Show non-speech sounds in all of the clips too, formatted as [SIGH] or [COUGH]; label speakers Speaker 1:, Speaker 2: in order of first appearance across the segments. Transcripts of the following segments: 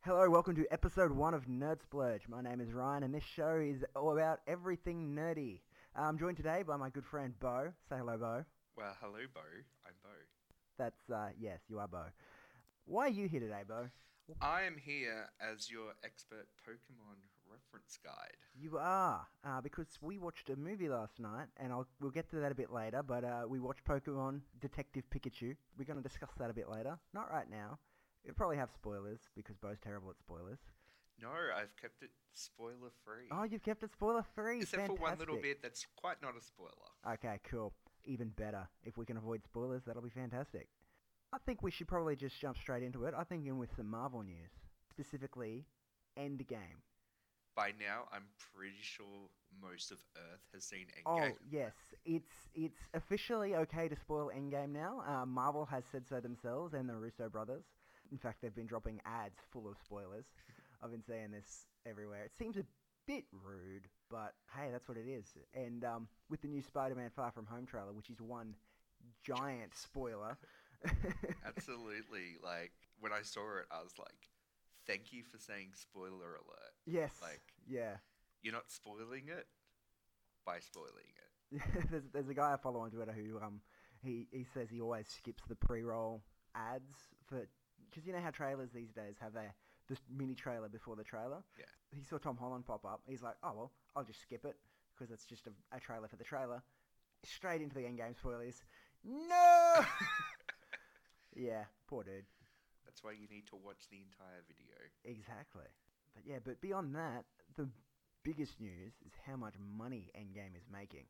Speaker 1: Hello, welcome to episode one of Nerd Splurge. My name is Ryan, and this show is all about everything nerdy. Uh, I'm joined today by my good friend Bo. Say hello, Bo.
Speaker 2: Well, hello, Bo. I'm Bo.
Speaker 1: That's uh, yes, you are Bo. Why are you here today, Bo?
Speaker 2: I am here as your expert Pokemon reference guide.
Speaker 1: You are uh, because we watched a movie last night, and I'll, we'll get to that a bit later. But uh, we watched Pokemon Detective Pikachu. We're going to discuss that a bit later. Not right now. It'll probably have spoilers because Bo's terrible at spoilers.
Speaker 2: No, I've kept it spoiler free.
Speaker 1: Oh, you've kept it spoiler free.
Speaker 2: Except for one little bit that's quite not a spoiler.
Speaker 1: Okay, cool. Even better. If we can avoid spoilers, that'll be fantastic. I think we should probably just jump straight into it. I think in with some Marvel news, specifically Endgame.
Speaker 2: By now, I'm pretty sure most of Earth has seen
Speaker 1: Oh
Speaker 2: Endgame.
Speaker 1: yes, it's it's officially okay to spoil Endgame now. Uh, Marvel has said so themselves, and the Russo brothers. In fact, they've been dropping ads full of spoilers. I've been seeing this everywhere. It seems a bit rude, but hey, that's what it is. And um, with the new Spider-Man Far From Home trailer, which is one giant spoiler.
Speaker 2: [LAUGHS]
Speaker 1: [LAUGHS]
Speaker 2: Absolutely. Like, when I saw it, I was like, thank you for saying spoiler alert.
Speaker 1: yes.
Speaker 2: Like-
Speaker 1: yeah.
Speaker 2: You're not spoiling it by spoiling it.
Speaker 1: [LAUGHS] there's, there's a guy I follow on Twitter who um he, he says he always skips the pre-roll ads for because you know how trailers these days have a the mini trailer before the trailer.
Speaker 2: Yeah.
Speaker 1: He saw Tom Holland pop up. He's like, oh well, I'll just skip it because it's just a, a trailer for the trailer. Straight into the endgame spoilers. No. yeah, poor dude.
Speaker 2: [LAUGHS] That's why you need to watch the entire video.
Speaker 1: Exactly. But yeah, but beyond that, the biggest news is how much money Endgame is making.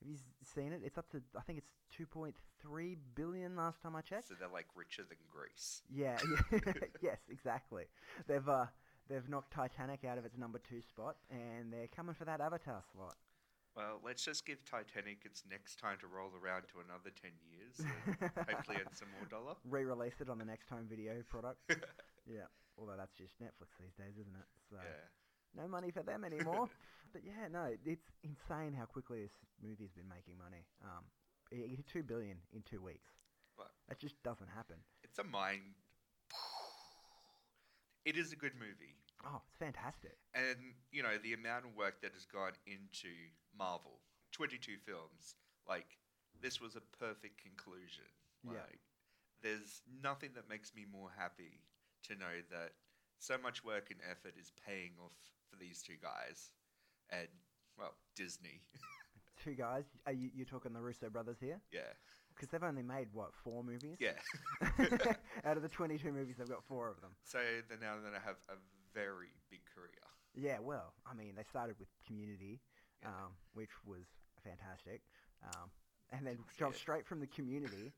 Speaker 1: Have you s- seen it? It's up to I think it's 2.3 billion last time I checked.
Speaker 2: So they're like richer than Greece.
Speaker 1: Yeah. [LAUGHS] yeah. yes, exactly. They've uh they've knocked Titanic out of its number 2 spot and they're coming for that Avatar slot.
Speaker 2: Well, let's just give Titanic its next time to roll around to another 10 years and hopefully earn some more dollar.
Speaker 1: [LAUGHS] Re-release it on the next home video
Speaker 2: [LAUGHS]
Speaker 1: product. yeah. Although that's just Netflix these days, isn't it? So
Speaker 2: Yeah.
Speaker 1: no money for them anymore. [LAUGHS] but yeah, no, it's insane how quickly this movie's been making money. Um, it, it hit two billion in two weeks.
Speaker 2: Well,
Speaker 1: That just doesn't happen.
Speaker 2: it's a mind. It is a good movie.
Speaker 1: Oh, it's fantastic.
Speaker 2: And, you know, the amount of work that has gone into Marvel 22 films, like, this was a perfect conclusion.
Speaker 1: Yeah.
Speaker 2: Like, there's nothing that makes me more happy to know that so much work and effort is paying off for these two guys and, well, Disney. [LAUGHS]
Speaker 1: Two guys, are you, you're talking the Russo brothers here?
Speaker 2: yeah.
Speaker 1: Because they've only made what four movies?
Speaker 2: Yeah.
Speaker 1: Out of the 22 movies, they've got four of them.
Speaker 2: [LAUGHS] so then now that I have a very big career.
Speaker 1: Yeah, well, I mean, they started with Community,
Speaker 2: Yeah.
Speaker 1: um, which was fantastic, um, and then
Speaker 2: see
Speaker 1: jumped
Speaker 2: it.
Speaker 1: straight from the Community.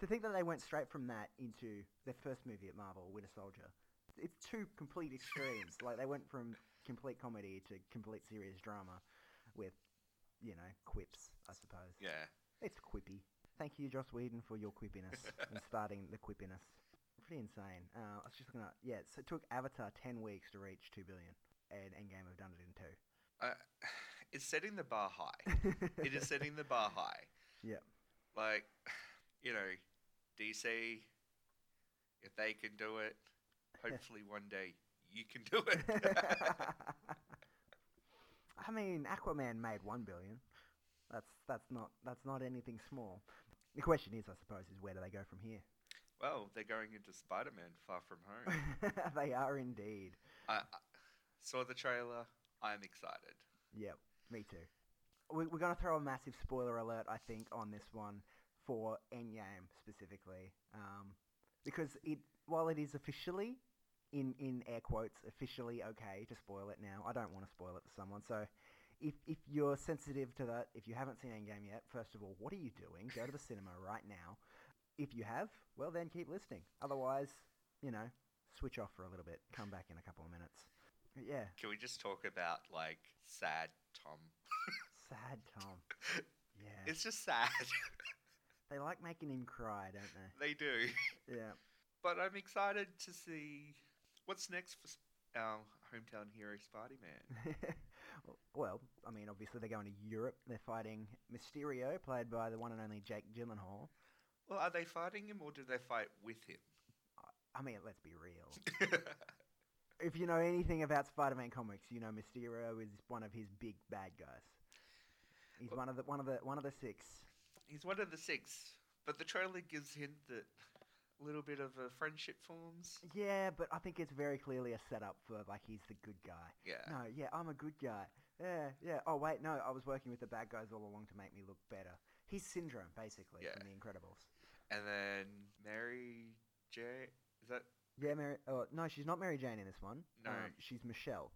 Speaker 1: to think that they went straight from that into their first movie at Marvel, Winter Soldier, it's two complete extremes. like they went from complete comedy to complete serious drama, with you know quips, I suppose.
Speaker 2: Yeah.
Speaker 1: It's quippy. Thank you, Joss Whedon, for your quippiness and starting the quippiness. Pretty insane. Uh, I was just looking at yeah. So it took Avatar ten weeks to reach two billion, and Endgame have done it in two.
Speaker 2: Uh, it's setting the bar high. [LAUGHS] it is setting the bar high.
Speaker 1: Yeah,
Speaker 2: Like, you know, DC, if they can do it, hopefully one day you can do
Speaker 1: [LAUGHS]
Speaker 2: it. [LAUGHS]
Speaker 1: I mean Aquaman made one billion. That's that's not that's not anything small. The question is, I suppose, is where do they go from here? [LAUGHS]
Speaker 2: well, they're going into Spider Man Far From Home.
Speaker 1: they are indeed.
Speaker 2: I, I saw the trailer. I'm excited.
Speaker 1: Yep, me too. We, we're going to throw a massive spoiler alert, I think, on this one for Endgame specifically, um, because it while it is officially in in air quotes officially okay to spoil it now, I don't want to spoil it for someone. So, if if you're sensitive to that, if you haven't seen Endgame yet, first of all, what are you doing? Go to the cinema right now. If you have, well then keep listening. Otherwise, you know, switch off for a little bit. Come back in a couple of minutes. But yeah,
Speaker 2: Can we just talk about, like, sad Tom?
Speaker 1: Sad Tom. Yeah.
Speaker 2: It's just sad. [LAUGHS]
Speaker 1: They like making him cry, don't they?
Speaker 2: they do.
Speaker 1: Yeah. [LAUGHS]
Speaker 2: But I'm excited to see what's next for Sp- our hometown hero, Spider Man.
Speaker 1: [LAUGHS] well, I mean, obviously they're going to Europe. They're fighting Mysterio, played by the one and only Jake Gyllenhaal.
Speaker 2: Well, are they fighting him or do they fight with him?
Speaker 1: I mean, let's be real. if you know anything about Spider-Man comics, you know Mysterio is one of his big bad guys. He's one of the one of the one of the six.
Speaker 2: He's one of the six, but the trailer gives hint that a little bit of a friendship forms.
Speaker 1: Yeah, but I think it's very clearly a setup for like he's the good guy.
Speaker 2: Yeah.
Speaker 1: No, yeah, I'm a good guy. Yeah, yeah. Oh wait, no, I was working with the bad guys all along to make me look better. He's syndrome, basically,
Speaker 2: Yeah.
Speaker 1: from The Incredibles.
Speaker 2: And then Mary J. Is that
Speaker 1: Yeah, Mary. Oh, no, she's not Mary Jane in this one. Um,
Speaker 2: No.
Speaker 1: she's Michelle.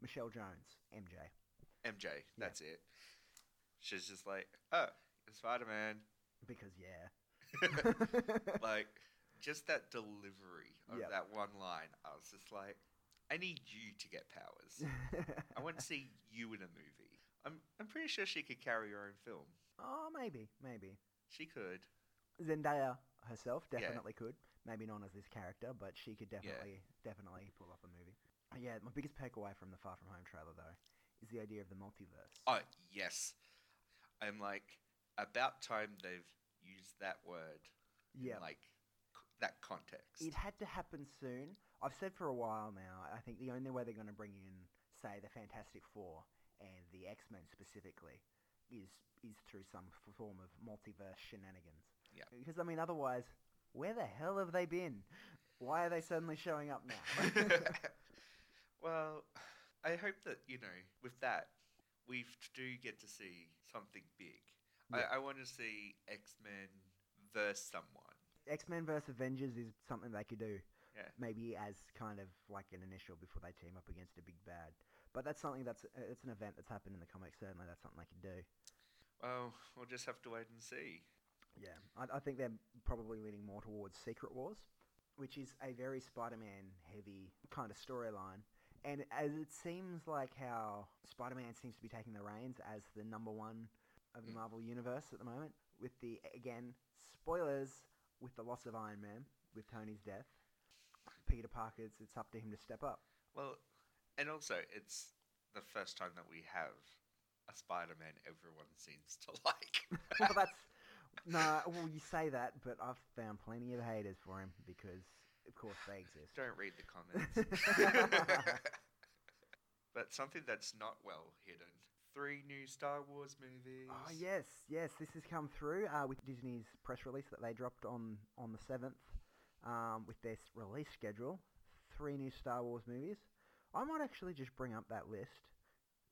Speaker 1: Michelle Jones, MJ.
Speaker 2: MJ? That's it. She's just like, oh, Spider Man.
Speaker 1: Because
Speaker 2: [LAUGHS]
Speaker 1: yeah. [LAUGHS]
Speaker 2: like, just that delivery of
Speaker 1: Yep.
Speaker 2: that one line. I was just like, I need you to get powers. I [LAUGHS] want to see you in a movie. I'm, I'm pretty sure she could carry her own film.
Speaker 1: oh, maybe, maybe.
Speaker 2: She could.
Speaker 1: Zendaya herself definitely could. Maybe not as this character, but she could definitely definitely pull off a movie. Uh, Yeah, my biggest takeaway from the Far From Home trailer though is the idea of the multiverse.
Speaker 2: Oh, yes. I'm like, about time they've used that word
Speaker 1: yeah,
Speaker 2: in like c- that context.
Speaker 1: it had to happen soon. I've said for a while now. I think the only way they're going to bring in, say, the Fantastic Four and the X Men specifically, is is through some f- form of multiverse shenanigans.
Speaker 2: Yeah.
Speaker 1: Because I mean, otherwise, where the hell have they been? Why are they suddenly showing up
Speaker 2: [LAUGHS]
Speaker 1: now? [LAUGHS]
Speaker 2: well, I hope that, you know, with that, we f- do get to see something big.
Speaker 1: Yeah.
Speaker 2: I, I want to see X Men verse someone.
Speaker 1: X Men vs Avengers is something they could do.
Speaker 2: Yeah.
Speaker 1: Maybe as kind of like an initial before they team up against a big bad. But that's something that's uh, it's an event that's happened in the comics. Certainly, that's something they could do.
Speaker 2: Well, we'll just have to wait and see.
Speaker 1: Yeah, I, I think they're probably leaning more towards Secret Wars, which is a very Spider-Man heavy kind of storyline. And as it seems like how Spider-Man seems to be taking the reins as the number one of the
Speaker 2: Mm.
Speaker 1: Marvel universe at the moment, with the again spoilers with the loss of Iron Man with Tony's death, Peter Parker's. It's up to him to step up. [LAUGHS]
Speaker 2: Well, and also, it's the first time that we have a Spider Man everyone seems to [LAUGHS] like.
Speaker 1: Well, but that's no. Well, you say that, but I've found plenty of haters for him because, of course, they exist.
Speaker 2: Don't read the comments. [LAUGHS] but something that's not well hidden. Three new Star Wars movies.
Speaker 1: Oh yes, yes, this has come through uh, with Disney's press release that they dropped on on the seventh, um, with their s- release schedule. Three new Star Wars movies. I might actually just bring up that list,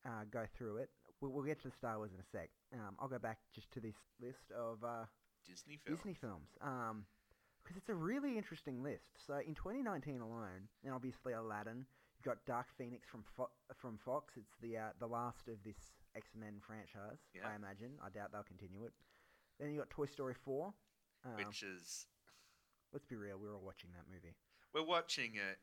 Speaker 1: uh, go through it. We'll, we'll get to the Star Wars in a sec. Um, I'll go back just to this list of uh,
Speaker 2: Disney films.
Speaker 1: Disney films. Um 'cause because it's a really interesting list. So in 2019 alone, and obviously Aladdin, you've got Dark Phoenix from Fo- from Fox. It's the uh, the last of this X Men franchise,
Speaker 2: Yeah.
Speaker 1: I imagine. I doubt they'll continue it. Then you got Toy Story 4. Um,
Speaker 2: Which is,
Speaker 1: let's be real, we were all watching that movie.
Speaker 2: we're watching it,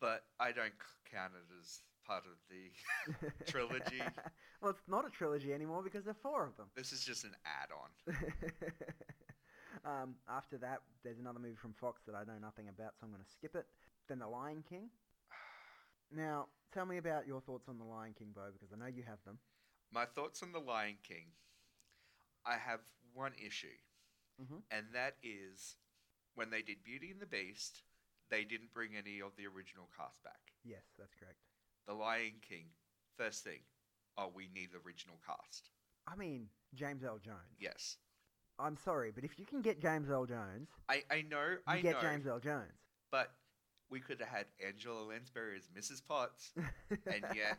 Speaker 2: but I don't c- count it as part of the. [LAUGHS] Trilogy.
Speaker 1: [LAUGHS] well, it's not a trilogy anymore because there are four of them.
Speaker 2: This is just an add on.
Speaker 1: [LAUGHS] um, after that, there's another movie from Fox that I know nothing about, so I'm going to skip it. Then The Lion King. [SIGHS] Now, tell me about your thoughts on The Lion King, Bo, because I know you have them.
Speaker 2: My thoughts on The Lion King. I have one issue,
Speaker 1: Mhm.
Speaker 2: and that is when they did Beauty and the Beast, they didn't bring any of the original cast back.
Speaker 1: Yes, that's correct.
Speaker 2: The Lion King, first thing, oh, we need the original cast.
Speaker 1: I mean, James L. Jones.
Speaker 2: Yes.
Speaker 1: I'm sorry, but if you can get James L. Jones,
Speaker 2: I, I know,
Speaker 1: you
Speaker 2: I
Speaker 1: get
Speaker 2: know,
Speaker 1: James L. Jones.
Speaker 2: but we could have had Angela Lansbury as Mrs.
Speaker 1: [LAUGHS]
Speaker 2: Potts. And yet-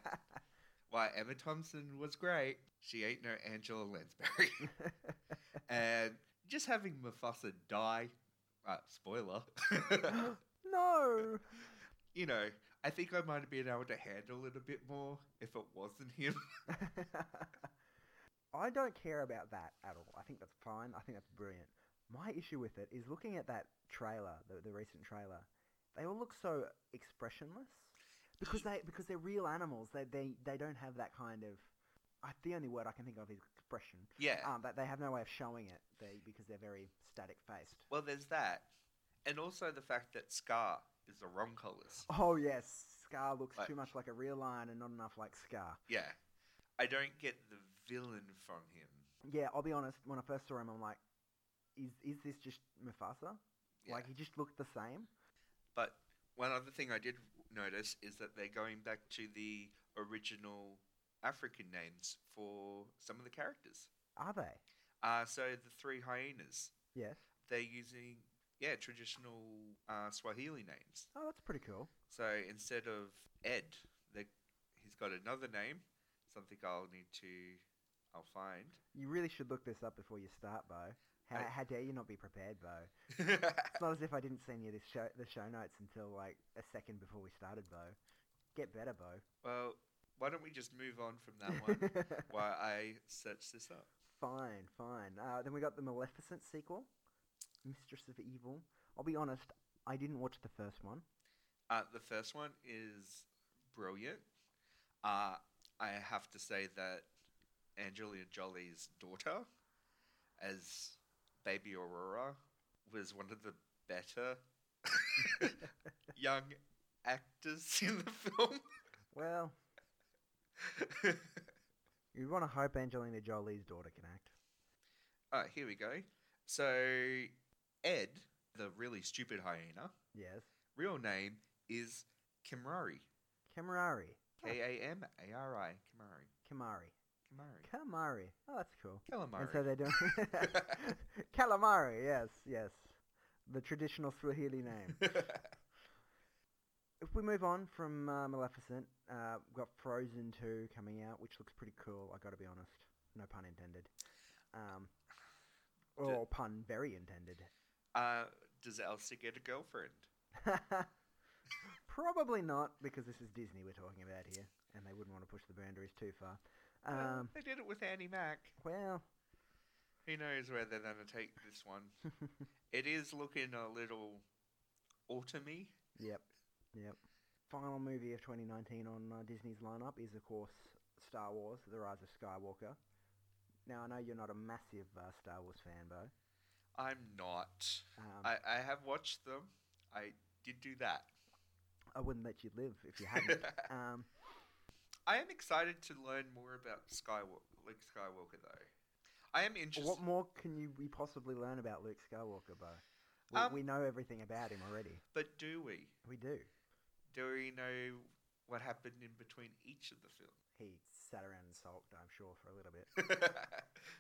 Speaker 2: While Emma Thompson was great, she ain't no
Speaker 1: [LAUGHS]
Speaker 2: Angela Lansbury. and just having Mufasa die, uh,
Speaker 1: [LAUGHS]
Speaker 2: spoiler, [LAUGHS]
Speaker 1: no!
Speaker 2: you know, I think I might have been able to handle it a bit more if it wasn't him. [LAUGHS]
Speaker 1: [LAUGHS] I don't care about that at all. I think that's fine. I think that's brilliant. My issue with it is looking at that trailer, the, the recent trailer. They all look so expressionless because they because they're real animals. They they they don't have that kind of. I, the only word I can think of is expression.
Speaker 2: yeah.
Speaker 1: Um, that they have no way of showing it. They because they're very static faced.
Speaker 2: well, there's that. And also the fact that Scar is the wrong colours.
Speaker 1: Oh yes, Scar looks
Speaker 2: Like-
Speaker 1: too much like a real lion and not enough like Scar.
Speaker 2: Yeah. I don't get the villain from him.
Speaker 1: Yeah, I'll be honest. When I first saw him, I'm like, is is this just Mufasa?
Speaker 2: Yeah.
Speaker 1: Like he just looked the same.
Speaker 2: But one other thing I did notice is that they're going back to the original African names for some of the characters.
Speaker 1: Are they?
Speaker 2: Uh, so the three hyenas,
Speaker 1: Yes.
Speaker 2: they're using yeah traditional uh, Swahili names.
Speaker 1: Oh, that's pretty cool.
Speaker 2: So instead of Ed, they, he's got another name. Something I'll need to, I'll find.
Speaker 1: You really should look this up before you start, Bo. How,
Speaker 2: I-
Speaker 1: how dare you not be prepared, Bo? It's not as if I didn't send you this show, the show notes until like a second before we started, Bo. Get better, Bo.
Speaker 2: well, why don't we just move on from that one while I search this up?
Speaker 1: [LAUGHS] fine, fine. Uh, then we got the Maleficent sequel, Mistress of Evil. I'll be honest, I didn't watch the first one.
Speaker 2: Uh, the first one is brilliant. Uh, I have to say that Angelina Jolie's daughter, as Baby Aurora, was one of the better [LAUGHS] young actors in the film.
Speaker 1: Well, you want to hope Angelina Jolie's daughter can act.
Speaker 2: oh, here we go. So, Ed, the really stupid hyena,
Speaker 1: Yes.
Speaker 2: real name is Kimari.
Speaker 1: Kamarari.
Speaker 2: K A M A R I. Kimari.
Speaker 1: Kamari.
Speaker 2: Kimari.
Speaker 1: Kamari. Oh, that's cool.
Speaker 2: Calamari.
Speaker 1: And so they're doing [LAUGHS] calamari. Yes, yes, the traditional Swahili name. if we move on from uh, Maleficent, uh, we've got Frozen 2 coming out, which looks pretty cool, i got to be honest. No pun intended. Um,
Speaker 2: D-
Speaker 1: or pun very intended.
Speaker 2: [LAUGHS] Uh, does Elsa get a girlfriend?
Speaker 1: [LAUGHS] Probably not, because this is Disney we're talking about here, and they wouldn't want to push the boundaries too far.
Speaker 2: Well,
Speaker 1: Um,
Speaker 2: they did it with Annie Mac.
Speaker 1: well, [LAUGHS]
Speaker 2: Who knows where they're going to take this one? it is looking a little autumny.
Speaker 1: Yep, yep. Final movie of 2019 on uh, Disney's lineup is, of course, Star Wars: The Rise of Skywalker. Now, I know you're not a massive uh, Star Wars fan, Bo.
Speaker 2: I'm not.
Speaker 1: Um, I,
Speaker 2: I, I have watched them. I did do that.
Speaker 1: wouldn't let you live if you
Speaker 2: [LAUGHS]
Speaker 1: hadn't. um,
Speaker 2: I am excited to learn more about Skywalker, Luke Skywalker, though. I am interested.
Speaker 1: what more can you we possibly learn about Luke Skywalker, Bo? We,
Speaker 2: Um,
Speaker 1: we know everything about him already.
Speaker 2: but do we?
Speaker 1: We do.
Speaker 2: Do we know what happened in between each of the
Speaker 1: He sat around and sulked, I'm sure, for a little bit.
Speaker 2: [LAUGHS] films?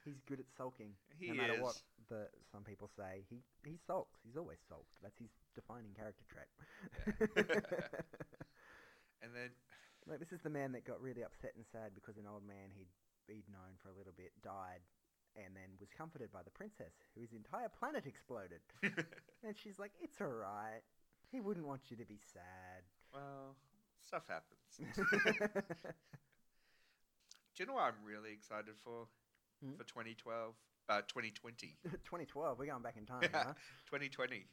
Speaker 1: He's good at sulking.
Speaker 2: he
Speaker 1: no matter
Speaker 2: is.
Speaker 1: what the some people say, he he sulks. He's always sulked. That's his defining character trait.
Speaker 2: Yeah. And then
Speaker 1: [LAUGHS]
Speaker 2: [LAUGHS]
Speaker 1: like this is the man that got really upset and sad because an old man he'd he'd known for a little bit died, and then was comforted by the princess, whose entire planet exploded. And she's like, "It's all right. He wouldn't want you to be sad." [LAUGHS]
Speaker 2: well, stuff happens. Do you know what I'm really excited for?
Speaker 1: Hmm?
Speaker 2: For 2012, uh, 2020,
Speaker 1: 2012, we're going back in time,
Speaker 2: [LAUGHS]
Speaker 1: huh?
Speaker 2: 2020,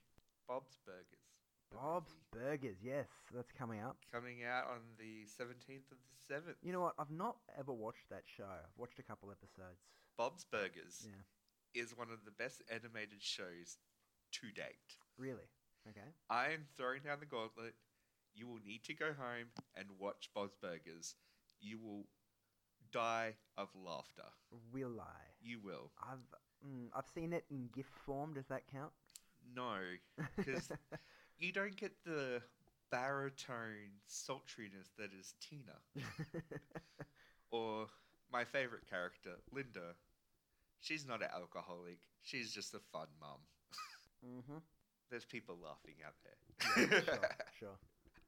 Speaker 2: Bob's Burgers the
Speaker 1: Bob's
Speaker 2: movie,
Speaker 1: Burgers, yes, that's coming up.
Speaker 2: coming out on the 17th of the 7th.
Speaker 1: You know what? I've not ever watched that show. I've watched a couple episodes.
Speaker 2: Bob's Burgers
Speaker 1: Yeah.
Speaker 2: is one of the best animated shows to date.
Speaker 1: Really? Okay.
Speaker 2: I am throwing down the gauntlet. You will need to go home and watch Bob's Burgers. You will die of laughter.
Speaker 1: Will I?
Speaker 2: You will.
Speaker 1: I've mm, I've seen it in GIF form. Does that count?
Speaker 2: No,
Speaker 1: [LAUGHS]
Speaker 2: because you don't get the baritone sultriness that is Tina
Speaker 1: Mm-hmm.
Speaker 2: or my favorite character, Linda. She's not an alcoholic. She's just a fun mum.
Speaker 1: mm-hmm.
Speaker 2: There's people laughing out there.
Speaker 1: Yeah,
Speaker 2: [LAUGHS]
Speaker 1: sure, sure.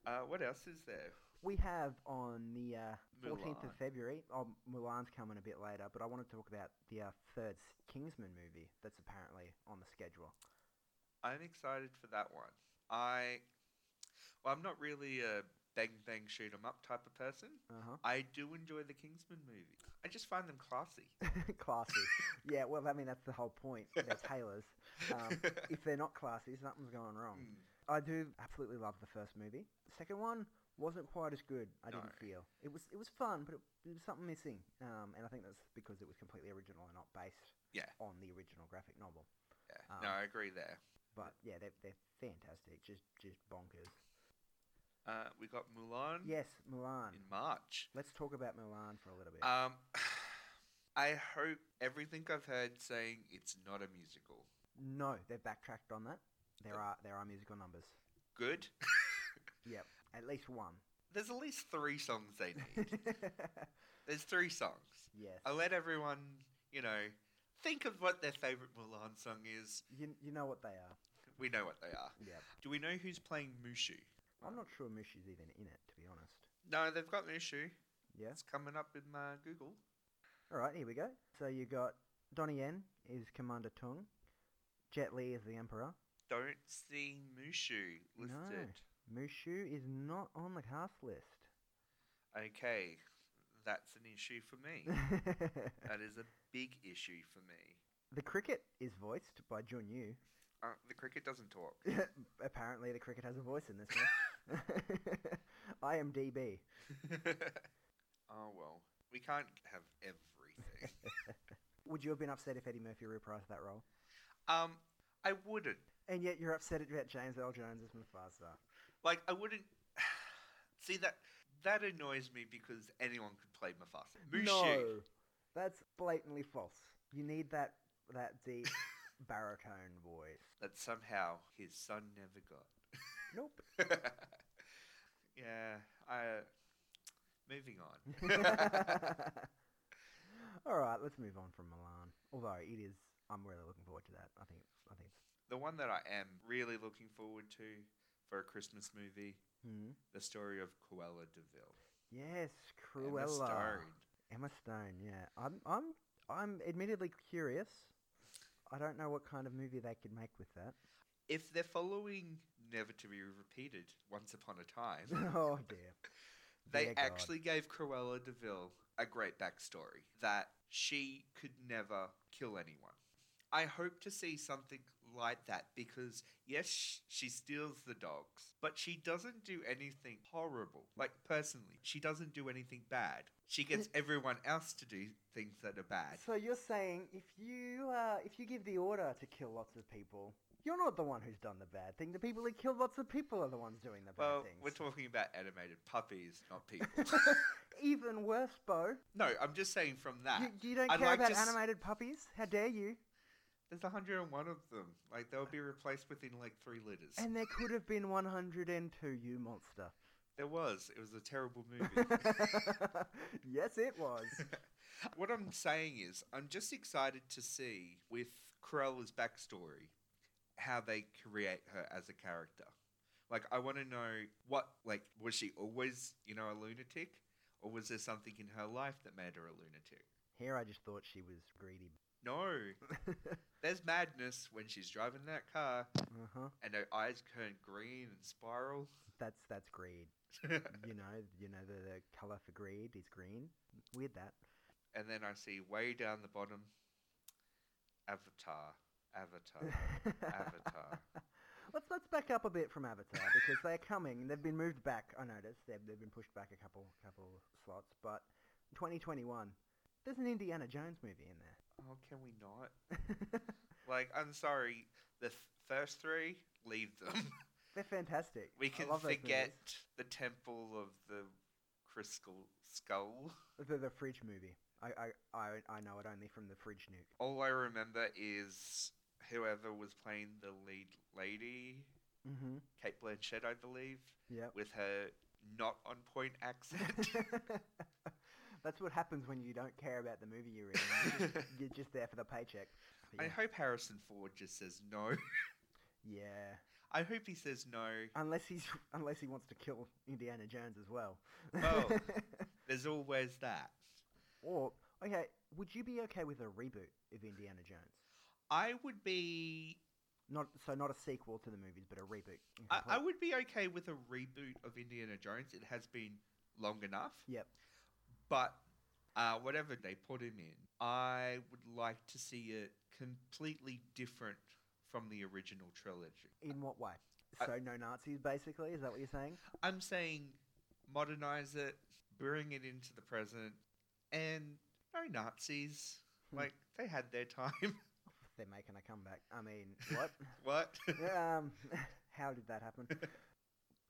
Speaker 2: uh, what else is there?
Speaker 1: We have on the uh, 14th of
Speaker 2: Mulan.
Speaker 1: February. Oh, Mulan's coming a bit later, but I want to talk about the uh, third S- Kingsman movie that's apparently on the schedule.
Speaker 2: I'm excited for that one. I, well, I'm not really a bang bang shoot 'em up type of person.
Speaker 1: Uh
Speaker 2: I do enjoy the Kingsman movies. I just find them classy.
Speaker 1: huh. [LAUGHS] classy. yeah. Well, I mean that's the whole point. They're tailors. Um, if they're not classy, something's going wrong.
Speaker 2: Mm.
Speaker 1: I do absolutely love the first movie. The second one wasn't quite as good. I
Speaker 2: No.
Speaker 1: didn't feel it was it was fun, but it, there was something missing. Um, and I think that's because it was completely original and not based
Speaker 2: Yeah.
Speaker 1: on the original graphic novel.
Speaker 2: Yeah.
Speaker 1: Um,
Speaker 2: no, I agree there.
Speaker 1: But yeah, they're they're fantastic. Just just bonkers.
Speaker 2: Uh, we got Mulan
Speaker 1: Yes, Milan.
Speaker 2: in March.
Speaker 1: Let's talk about Milan for a little bit.
Speaker 2: Um, [SIGHS] I hope everything I've heard saying it's not a musical.
Speaker 1: no, they've backtracked on that. There
Speaker 2: uh,
Speaker 1: are there are musical numbers.
Speaker 2: Good.
Speaker 1: Yep. At least
Speaker 2: [LAUGHS]
Speaker 1: one.
Speaker 2: There's at least three songs they
Speaker 1: [LAUGHS]
Speaker 2: need. There's three songs.
Speaker 1: yes.
Speaker 2: I let everyone, you know, think of what their favorite Mulan song is.
Speaker 1: You, you know what they are.
Speaker 2: We know what they are.
Speaker 1: Yep.
Speaker 2: Do we know who's playing Mushu?
Speaker 1: I'm not sure Mushu's even in it, to be honest.
Speaker 2: No, they've got Mushu.
Speaker 1: Yeah.
Speaker 2: It's coming up in my Google.
Speaker 1: All right, here we go. So you got Donnie Yen is Commander Tung. Jet Li is the Emperor.
Speaker 2: Don't see Mushu listed.
Speaker 1: Mushu is not on the cast list. [LAUGHS]
Speaker 2: Okay, that's an issue
Speaker 1: [LAUGHS]
Speaker 2: for me. that is a big issue for me.
Speaker 1: the cricket is voiced by Jun Yu.
Speaker 2: Uh, the cricket doesn't talk.
Speaker 1: Apparently, the cricket has a voice in this one. [LAUGHS] IMDb.
Speaker 2: oh well, we can't have everything. [LAUGHS]
Speaker 1: Would you have been upset if Eddie Murphy reprised that role?
Speaker 2: um, I wouldn't
Speaker 1: And yet you're upset about James L. Jones as Mufasa.
Speaker 2: like. I wouldn't [SIGHS] see that. That annoys me because anyone could play Mufasa. Mushu.
Speaker 1: No, that's blatantly false. You need that that deep baritone voice.
Speaker 2: That somehow his son never got.
Speaker 1: Nope.
Speaker 2: [LAUGHS] yeah. I. Moving on.
Speaker 1: [LAUGHS]
Speaker 2: [LAUGHS]
Speaker 1: All right, let's move on from Milan. Although it is, I'm really looking forward to that. I think, I think. It's,
Speaker 2: the one that I am really looking forward to for a Christmas movie,
Speaker 1: hmm.
Speaker 2: the story of Cruella Deville.
Speaker 1: Yes,
Speaker 2: Emma
Speaker 1: Cruella.
Speaker 2: Stone.
Speaker 1: Emma Stone, yeah. I'm I'm I'm admittedly curious. I don't know what kind of movie they could make with that. [LAUGHS]
Speaker 2: If they're following Never to Be Repeated, Once Upon a
Speaker 1: [LAUGHS]
Speaker 2: Time,
Speaker 1: oh dear.
Speaker 2: they
Speaker 1: Dear God.
Speaker 2: actually gave Cruella Deville a great backstory that she could never kill anyone. I hope to see something like that because, yes, sh- she steals the dogs, but she doesn't do anything horrible. Like, personally, she doesn't do anything bad. She gets everyone else to do things that are bad.
Speaker 1: Mm. So you're saying if you uh, if you give the order to kill lots of people, you're not the one who's done the bad thing. The people who kill lots of people are the ones doing the bad
Speaker 2: Well,
Speaker 1: things.
Speaker 2: we're talking about animated puppies, not people.
Speaker 1: [LAUGHS] Even worse, Bo.
Speaker 2: no, I'm just saying from that. [LAUGHS]
Speaker 1: You, you don't
Speaker 2: I'd
Speaker 1: care
Speaker 2: like
Speaker 1: about
Speaker 2: to s-
Speaker 1: animated puppies? How dare you?
Speaker 2: There's 101 of them. Like they'll be replaced within like three litters.
Speaker 1: And there could have been 102, you
Speaker 2: [LAUGHS]
Speaker 1: monster.
Speaker 2: there was. It was a terrible movie.
Speaker 1: [LAUGHS] yes, it was.
Speaker 2: what I'm saying is, I'm just excited to see with Cruella's backstory how they create her as a character. Like, I want to know what like was she always, you know, a lunatic, or was there something in her life that made her a lunatic?
Speaker 1: Here I just thought she was greedy.
Speaker 2: No,
Speaker 1: uh
Speaker 2: there's madness when she's driving that car
Speaker 1: huh.
Speaker 2: and her eyes turn green and spiral.
Speaker 1: Uh-huh. That's that's greed.
Speaker 2: [LAUGHS]
Speaker 1: You know, you know the, the color for greed is green. Weird that.
Speaker 2: and then I see way down the bottom, Avatar, Avatar,
Speaker 1: [LAUGHS]
Speaker 2: Avatar.
Speaker 1: Let's let's back up a bit from Avatar because they're coming. They've been moved back. I noticed they've they've been pushed back a couple couple slots. But 2021, there's an Indiana Jones movie in there.
Speaker 2: Oh, can we not?
Speaker 1: [LAUGHS]
Speaker 2: Like, I'm sorry, the th- first three, leave them. [LAUGHS]
Speaker 1: they're fantastic.
Speaker 2: we
Speaker 1: I
Speaker 2: can
Speaker 1: love those
Speaker 2: forget the Temple of the Crystal Skull.
Speaker 1: movies. the the fridge movie. I, I, I, I know it only from the fridge nuke.
Speaker 2: All I remember is whoever was playing the lead lady,
Speaker 1: Mm-hmm.
Speaker 2: Kate Blanchett, I believe, [LAUGHS]
Speaker 1: Yep. [LAUGHS]
Speaker 2: with her not on point accent. [LAUGHS]
Speaker 1: That's what happens when you don't care about the movie you're in.
Speaker 2: [LAUGHS]
Speaker 1: You're just, you're just there for the paycheck. But
Speaker 2: I
Speaker 1: yeah.
Speaker 2: hope Harrison Ford just says no.
Speaker 1: yeah.
Speaker 2: I hope he says no.
Speaker 1: Unless he's unless he wants to kill Indiana Jones as well.
Speaker 2: Well. There's always that.
Speaker 1: [LAUGHS] or okay, would you be okay with a reboot of Indiana Jones?
Speaker 2: I would be.
Speaker 1: Not so not a sequel to the movies, but a reboot. A
Speaker 2: I, I
Speaker 1: complete-
Speaker 2: would be okay with a reboot of Indiana Jones. It has been long enough.
Speaker 1: Yep.
Speaker 2: But uh, whatever they put him in, I would like to see it completely different from the original trilogy.
Speaker 1: In what way?
Speaker 2: I-
Speaker 1: So no Nazis, basically. Is that what you're saying?
Speaker 2: I'm saying modernize it, bring it into the present, and no Nazis.
Speaker 1: Hmm.
Speaker 2: Like, they had their time. [LAUGHS]
Speaker 1: They're making a comeback. I mean, what?
Speaker 2: what? [LAUGHS]
Speaker 1: um, [LAUGHS] how did that happen?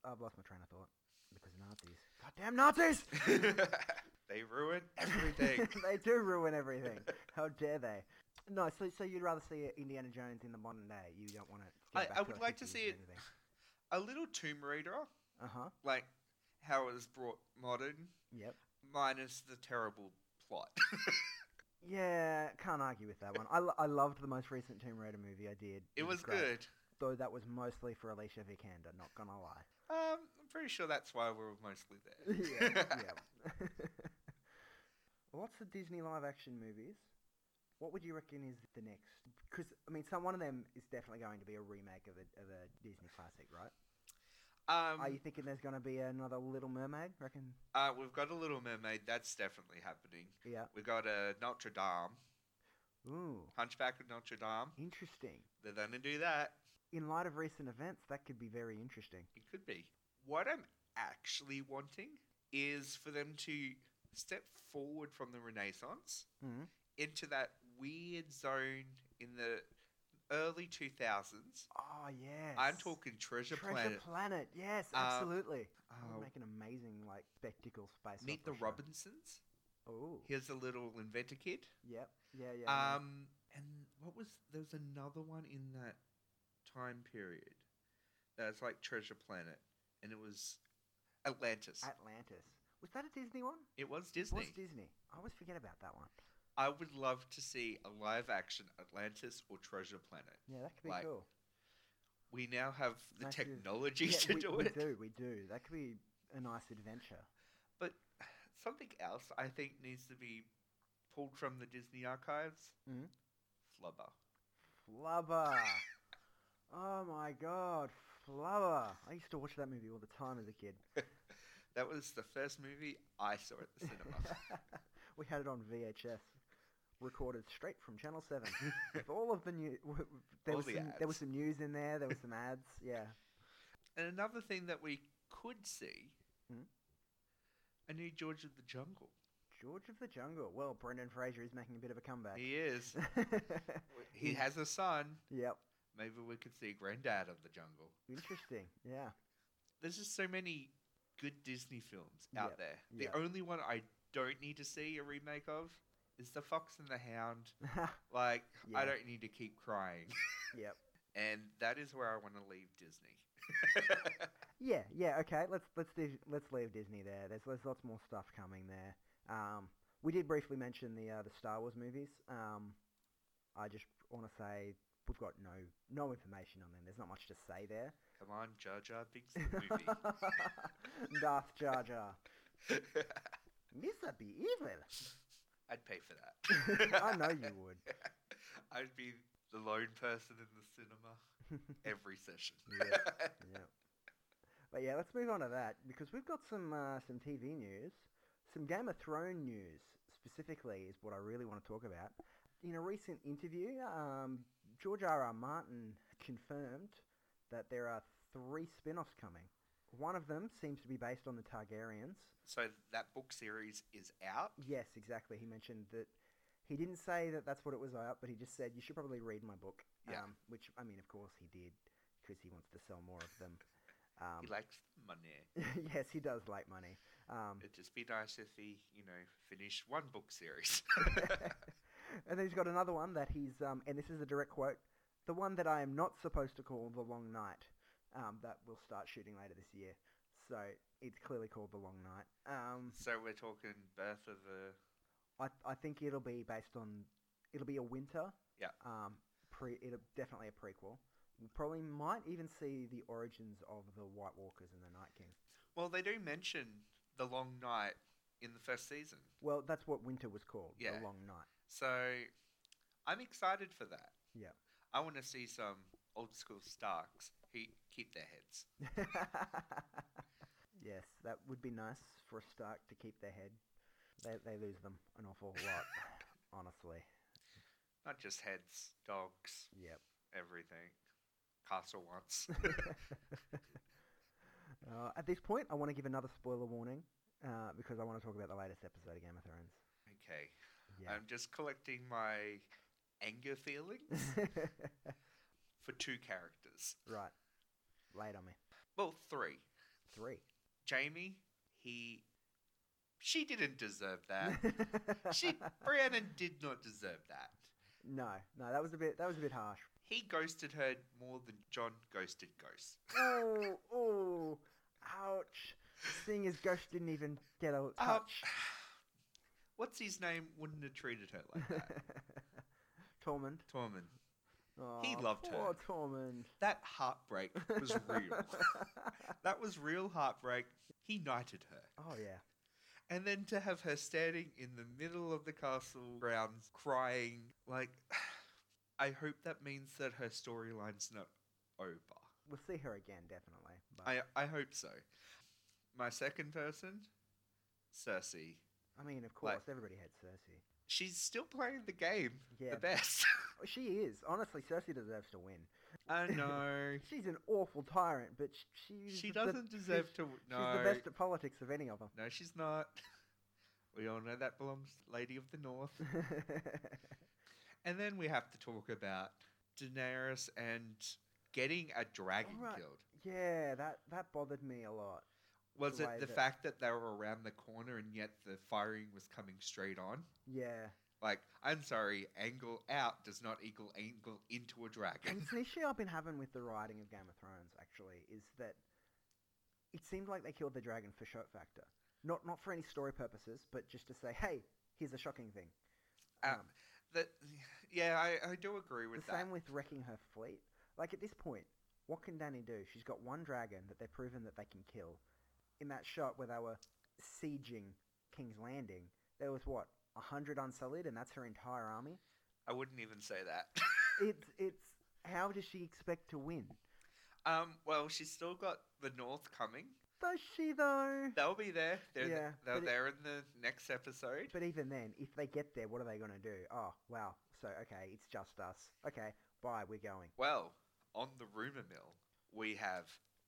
Speaker 1: I've lost my train of thought because Nazis. Goddamn Nazis!
Speaker 2: they ruined
Speaker 1: [LAUGHS]
Speaker 2: everything.
Speaker 1: they do ruin everything. How dare they? No, so so you'd rather see Indiana Jones in the modern day. You don't want to.
Speaker 2: I- I would like to see it- a little Tomb Raider,
Speaker 1: Uh huh.
Speaker 2: like how it was brought modern,
Speaker 1: Yep.
Speaker 2: minus the terrible plot. [LAUGHS]
Speaker 1: Yeah, can't argue with that one. I, lo- I loved the most recent Tomb Raider movie I did.
Speaker 2: it was
Speaker 1: great.
Speaker 2: good.
Speaker 1: Though that was mostly for Alicia Vikander, not gonna lie.
Speaker 2: Um, I'm pretty sure that's why we're mostly there.
Speaker 1: [LAUGHS] yeah, yeah. Lots of Disney live action movies. What would you reckon is the next? Because, I mean, some, one of them is definitely going to be a remake of a, of a Disney classic, right?
Speaker 2: [LAUGHS] Um,
Speaker 1: Are you thinking there's going to be another Little Mermaid? Reckon?
Speaker 2: uh, we've got a Little Mermaid. That's definitely happening.
Speaker 1: Yeah.
Speaker 2: We got a Notre Dame,
Speaker 1: Ooh,
Speaker 2: Hunchback of Notre Dame.
Speaker 1: interesting.
Speaker 2: They're gonna do that.
Speaker 1: In light of recent events, that could be very interesting.
Speaker 2: It could be. What I'm actually wanting is for them to step forward from the Renaissance
Speaker 1: hmm
Speaker 2: into that weird zone in the early 2000s.
Speaker 1: Oh, yes.
Speaker 2: I'm talking Treasure,
Speaker 1: Treasure oh
Speaker 2: Planet.
Speaker 1: Planet. Yes,
Speaker 2: Uh,
Speaker 1: absolutely. That would
Speaker 2: Uh,
Speaker 1: make an amazing like spectacle space.
Speaker 2: Meet the
Speaker 1: opera show.
Speaker 2: Robinsons.
Speaker 1: Oh,
Speaker 2: Here's a little inventor kid.
Speaker 1: yep, yeah, yeah, yeah.
Speaker 2: Um, and what was there's another one in that time period that's like Treasure Planet, and it was Atlantis.
Speaker 1: Atlantis. Was that a Disney one?
Speaker 2: it was
Speaker 1: It
Speaker 2: Disney.
Speaker 1: was Disney. I always forget about that one.
Speaker 2: I would love to see a live action Atlantis or Treasure Planet.
Speaker 1: Yeah, that could be
Speaker 2: Like,
Speaker 1: cool.
Speaker 2: We now have the
Speaker 1: That is-
Speaker 2: technology
Speaker 1: Yeah,
Speaker 2: [LAUGHS] to
Speaker 1: we,
Speaker 2: do
Speaker 1: we
Speaker 2: it.
Speaker 1: do, we do. That could be a nice adventure.
Speaker 2: But something else I think needs to be pulled from the Disney archives.
Speaker 1: Mhm.
Speaker 2: Flubber.
Speaker 1: Flubber. oh my god, Flubber. I used to watch that movie all the time as a kid.
Speaker 2: That was the first movie I saw at the cinema.
Speaker 1: [LAUGHS] we had it on VHS, recorded straight from Channel
Speaker 2: [LAUGHS]
Speaker 1: Seven. With all of the new, w- w- there
Speaker 2: All
Speaker 1: was
Speaker 2: the
Speaker 1: some, there was
Speaker 2: ads.
Speaker 1: some news in there. There was some ads. Yeah.
Speaker 2: and another thing that we could see
Speaker 1: Mhm.
Speaker 2: a new George of the Jungle.
Speaker 1: George of the Jungle. Well, Brendan Fraser is making a bit of a comeback.
Speaker 2: He is. he has a son.
Speaker 1: [LAUGHS] yep.
Speaker 2: Maybe we could see Granddad of the Jungle.
Speaker 1: Interesting. Yeah. [LAUGHS]
Speaker 2: There's just so many good Disney films out
Speaker 1: Yep,
Speaker 2: there. The
Speaker 1: yep.
Speaker 2: only one I don't need to see a remake of is The Fox and the Hound. Like,
Speaker 1: Yeah.
Speaker 2: I don't need to keep crying.
Speaker 1: [LAUGHS] yep.
Speaker 2: [LAUGHS] and that is where I want to leave Disney.
Speaker 1: Yeah. Yeah. Okay. Let's let's do, let's leave Disney there. There's there's lots more stuff coming there. Um, we did briefly mention the uh, the Star Wars movies. Um, I just want to say we've got no no information on them. There's not much to say there.
Speaker 2: Come on, Jar Jar Binks the
Speaker 1: [LAUGHS]
Speaker 2: movie.
Speaker 1: Darth Jar Jar. Mr. Be Evil.
Speaker 2: [LAUGHS]
Speaker 1: [LAUGHS]
Speaker 2: I'd pay for that.
Speaker 1: I know you would.
Speaker 2: [LAUGHS] I'd be the lone person in the
Speaker 1: [LAUGHS]
Speaker 2: cinema every session.
Speaker 1: Yeah. yeah. But yeah, let's move on to that because we've got some uh, some TV news, some Game of Thrones news specifically is what I really want to talk about. In a recent interview, um, George R. R. Martin confirmed that there are three spin-offs coming. One of them seems to be based on the Targaryens.
Speaker 2: [LAUGHS] so that book series is out.
Speaker 1: Yes, exactly. He mentioned that he didn't say that that's what it was about, but he just said you should probably read my book.
Speaker 2: Yeah.
Speaker 1: Um, which I mean, of course, he did because he wants to sell more of
Speaker 2: [LAUGHS]
Speaker 1: them. Um,
Speaker 2: He likes the money.
Speaker 1: [LAUGHS] yes, he does like money. Um,
Speaker 2: It'd just be nice if he, you know, finished one book series. [LAUGHS]
Speaker 1: [LAUGHS] and then he's got another one that he's, um, and this is a direct quote, the one that I am not supposed to call The Long Night, um, that will start shooting later this year. So it's clearly called The Long Night. Um,
Speaker 2: so we're talking Birth of a.
Speaker 1: I, I think it'll be based on, it'll be a winter.
Speaker 2: Yeah.
Speaker 1: Um, pre, it'll definitely a prequel. We probably might even see the origins of the White Walkers and the Night King.
Speaker 2: Well, they do mention the long night in the first season.
Speaker 1: Well, that's what winter was called,
Speaker 2: Yeah.
Speaker 1: The Long Night.
Speaker 2: So I'm excited for that.
Speaker 1: Yeah.
Speaker 2: I want to see some old school Starks who keep their heads.
Speaker 1: [LAUGHS] yes, that would be nice for a Stark to keep their head. They, they lose them an awful lot, honestly.
Speaker 2: Not just heads, dogs,
Speaker 1: Yep. [LAUGHS]
Speaker 2: everything. Castle wants.
Speaker 1: Uh, at this point, I want to give another spoiler warning uh, because I want to talk about the latest episode of Game of Thrones.
Speaker 2: okay.
Speaker 1: Yeah.
Speaker 2: I'm just collecting my anger feelings
Speaker 1: [LAUGHS]
Speaker 2: for two characters.
Speaker 1: right. Lay it on me.
Speaker 2: Well, three.
Speaker 1: Three.
Speaker 2: Jamie, he. She didn't deserve
Speaker 1: [LAUGHS]
Speaker 2: that. Uh, she. Brandon did not deserve that.
Speaker 1: no, no, that was a bit. That was a bit harsh.
Speaker 2: He ghosted her more than John ghosted Ghost.
Speaker 1: Oh, oh. Ouch. Seeing as Ghost didn't even get a touch.
Speaker 2: What's his name? Wouldn't have treated her like that.
Speaker 1: [LAUGHS] Tormund.
Speaker 2: Tormund.
Speaker 1: Oh,
Speaker 2: He loved her.
Speaker 1: poor Tormund.
Speaker 2: That heartbreak was
Speaker 1: [LAUGHS]
Speaker 2: real. that was real heartbreak. He knighted her.
Speaker 1: oh yeah.
Speaker 2: And then to have her standing in the middle of the castle grounds crying, like, [SIGHS] I hope that means that her storyline's not over.
Speaker 1: We'll see her again, definitely. But,
Speaker 2: I, I hope so. My second person, Cersei.
Speaker 1: I mean, of course,
Speaker 2: like-
Speaker 1: everybody had Cersei.
Speaker 2: She's still playing the game
Speaker 1: Yeah, [LAUGHS]
Speaker 2: the best.
Speaker 1: Oh, she is. Honestly, Cersei deserves to win.
Speaker 2: I know.
Speaker 1: She's an awful tyrant, but sh- she's
Speaker 2: she
Speaker 1: the-
Speaker 2: doesn't deserve to.
Speaker 1: She's,
Speaker 2: No.
Speaker 1: she's the best at politics of any of them.
Speaker 2: No, she's not. [LAUGHS] We all know that belongs to Lady of the
Speaker 1: [LAUGHS]
Speaker 2: North. And then we have to talk about Daenerys and getting a dragon
Speaker 1: Alright.
Speaker 2: killed.
Speaker 1: yeah, that that bothered me a lot.
Speaker 2: Was
Speaker 1: The
Speaker 2: it
Speaker 1: way
Speaker 2: the
Speaker 1: that-
Speaker 2: fact that they were around the corner and yet the firing was coming straight on?
Speaker 1: Yeah,
Speaker 2: Like, I'm sorry, angle out does not equal angle into a
Speaker 1: and
Speaker 2: dragon.
Speaker 1: it's an issue I've been having with the writing of Game of Thrones. Actually, is that it seemed like they killed the dragon for show factor, not not for any story purposes, but just to say, hey, here's a shocking thing.
Speaker 2: Um, that, yeah, I, I do agree with
Speaker 1: the
Speaker 2: that.
Speaker 1: same with wrecking her fleet. Like at this point, what can Danny do? She's got one dragon that they've proven that they can kill. In that shot where they were sieging King's Landing, there was what a hundred unsullied, and that's her entire army.
Speaker 2: I wouldn't even say that. [LAUGHS]
Speaker 1: It's it's how does she expect to win?
Speaker 2: um, well, she's still got the North coming.
Speaker 1: Does she though?
Speaker 2: They'll be there. They're, th-
Speaker 1: Yeah,
Speaker 2: they're
Speaker 1: but it-
Speaker 2: there in the next episode.
Speaker 1: But even then, if they get there, what are they going to do? Oh wow, so okay, it's just us. Okay, bye, we're going.
Speaker 2: Well, on the rumor mill, we have